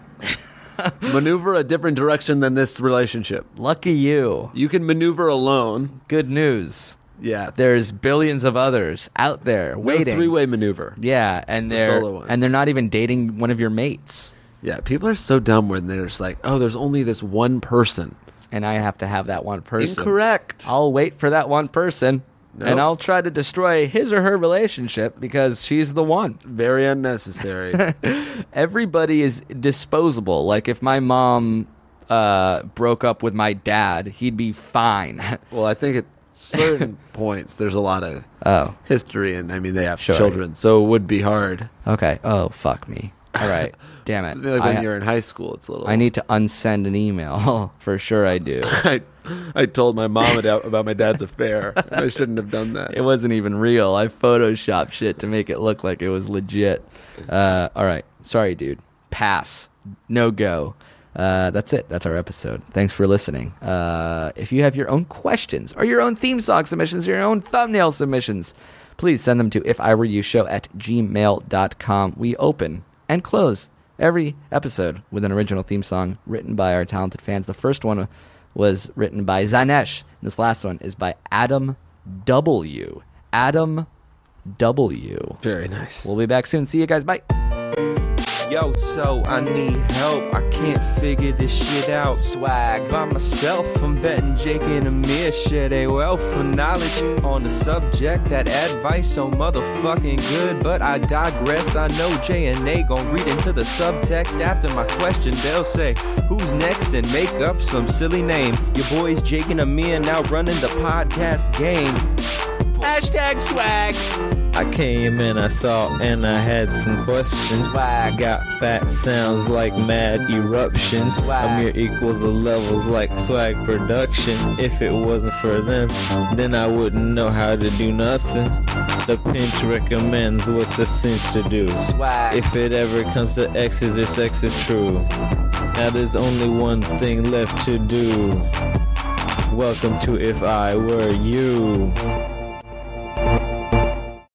[SPEAKER 6] maneuver a different direction than this relationship.
[SPEAKER 2] Lucky you.
[SPEAKER 6] You can maneuver alone.
[SPEAKER 2] Good news.
[SPEAKER 6] Yeah.
[SPEAKER 2] There's billions of others out there
[SPEAKER 6] No
[SPEAKER 2] waiting.
[SPEAKER 6] three way maneuver.
[SPEAKER 2] Yeah, and they're
[SPEAKER 6] solo one.
[SPEAKER 2] and they're not even dating one of your mates.
[SPEAKER 6] Yeah, people are so dumb when they're just like, oh, there's only this one person.
[SPEAKER 2] And I have to have that one person.
[SPEAKER 6] Incorrect.
[SPEAKER 2] I'll wait for that one person,
[SPEAKER 6] Nope.
[SPEAKER 2] and I'll try to destroy his or her relationship because she's the one.
[SPEAKER 6] Very unnecessary.
[SPEAKER 2] everybody is disposable. Like if my mom uh, broke up with my dad, he'd be fine.
[SPEAKER 6] well, I think at certain points there's a lot of
[SPEAKER 2] Oh.
[SPEAKER 6] history, and I mean they have
[SPEAKER 2] Sure.
[SPEAKER 6] children, so it would be hard.
[SPEAKER 2] Okay. Oh fuck me. All right. Damn it.
[SPEAKER 6] I mean, like when
[SPEAKER 2] I,
[SPEAKER 6] you're in high school, it's a little.
[SPEAKER 2] I need to unsend an email for sure. I do.
[SPEAKER 6] I, I told my mom about, about my dad's affair. and I shouldn't have done that.
[SPEAKER 2] It wasn't even real. I photoshopped shit to make it look like it was legit. Uh, all right. Sorry, dude. Pass. No go. Uh, that's it. That's our episode. Thanks for listening. Uh, if you have your own questions or your own theme song submissions or your own thumbnail submissions, please send them to if I were you show at gmail.com. We open and close every episode with an original theme song written by our talented fans. The first one was written by Zanesh. And this last one is by Adam W. Adam W.
[SPEAKER 6] Very nice.
[SPEAKER 2] We'll be back soon. See you guys. Bye.
[SPEAKER 8] Yo, so I need help. I can't figure this shit out. Swag. By myself, I'm betting Jake and Amir share they wealth for knowledge on the subject. That advice so motherfucking good, but I digress. I know J and A gon' read into the subtext after my question. They'll say, Who's next? and make up some silly name. Your boys Jake and Amir now running the podcast game.
[SPEAKER 9] I came and I saw and I had some questions. Swag. Got fat sounds like mad eruptions. Swag. Amir equals the levels like swag production. If it wasn't for them, then I wouldn't know how to do nothing. The pinch recommends what's a cinch to do. Swag. If it ever comes to X's, your sex is true. Now there's only one thing left to do. Welcome to If I Were You.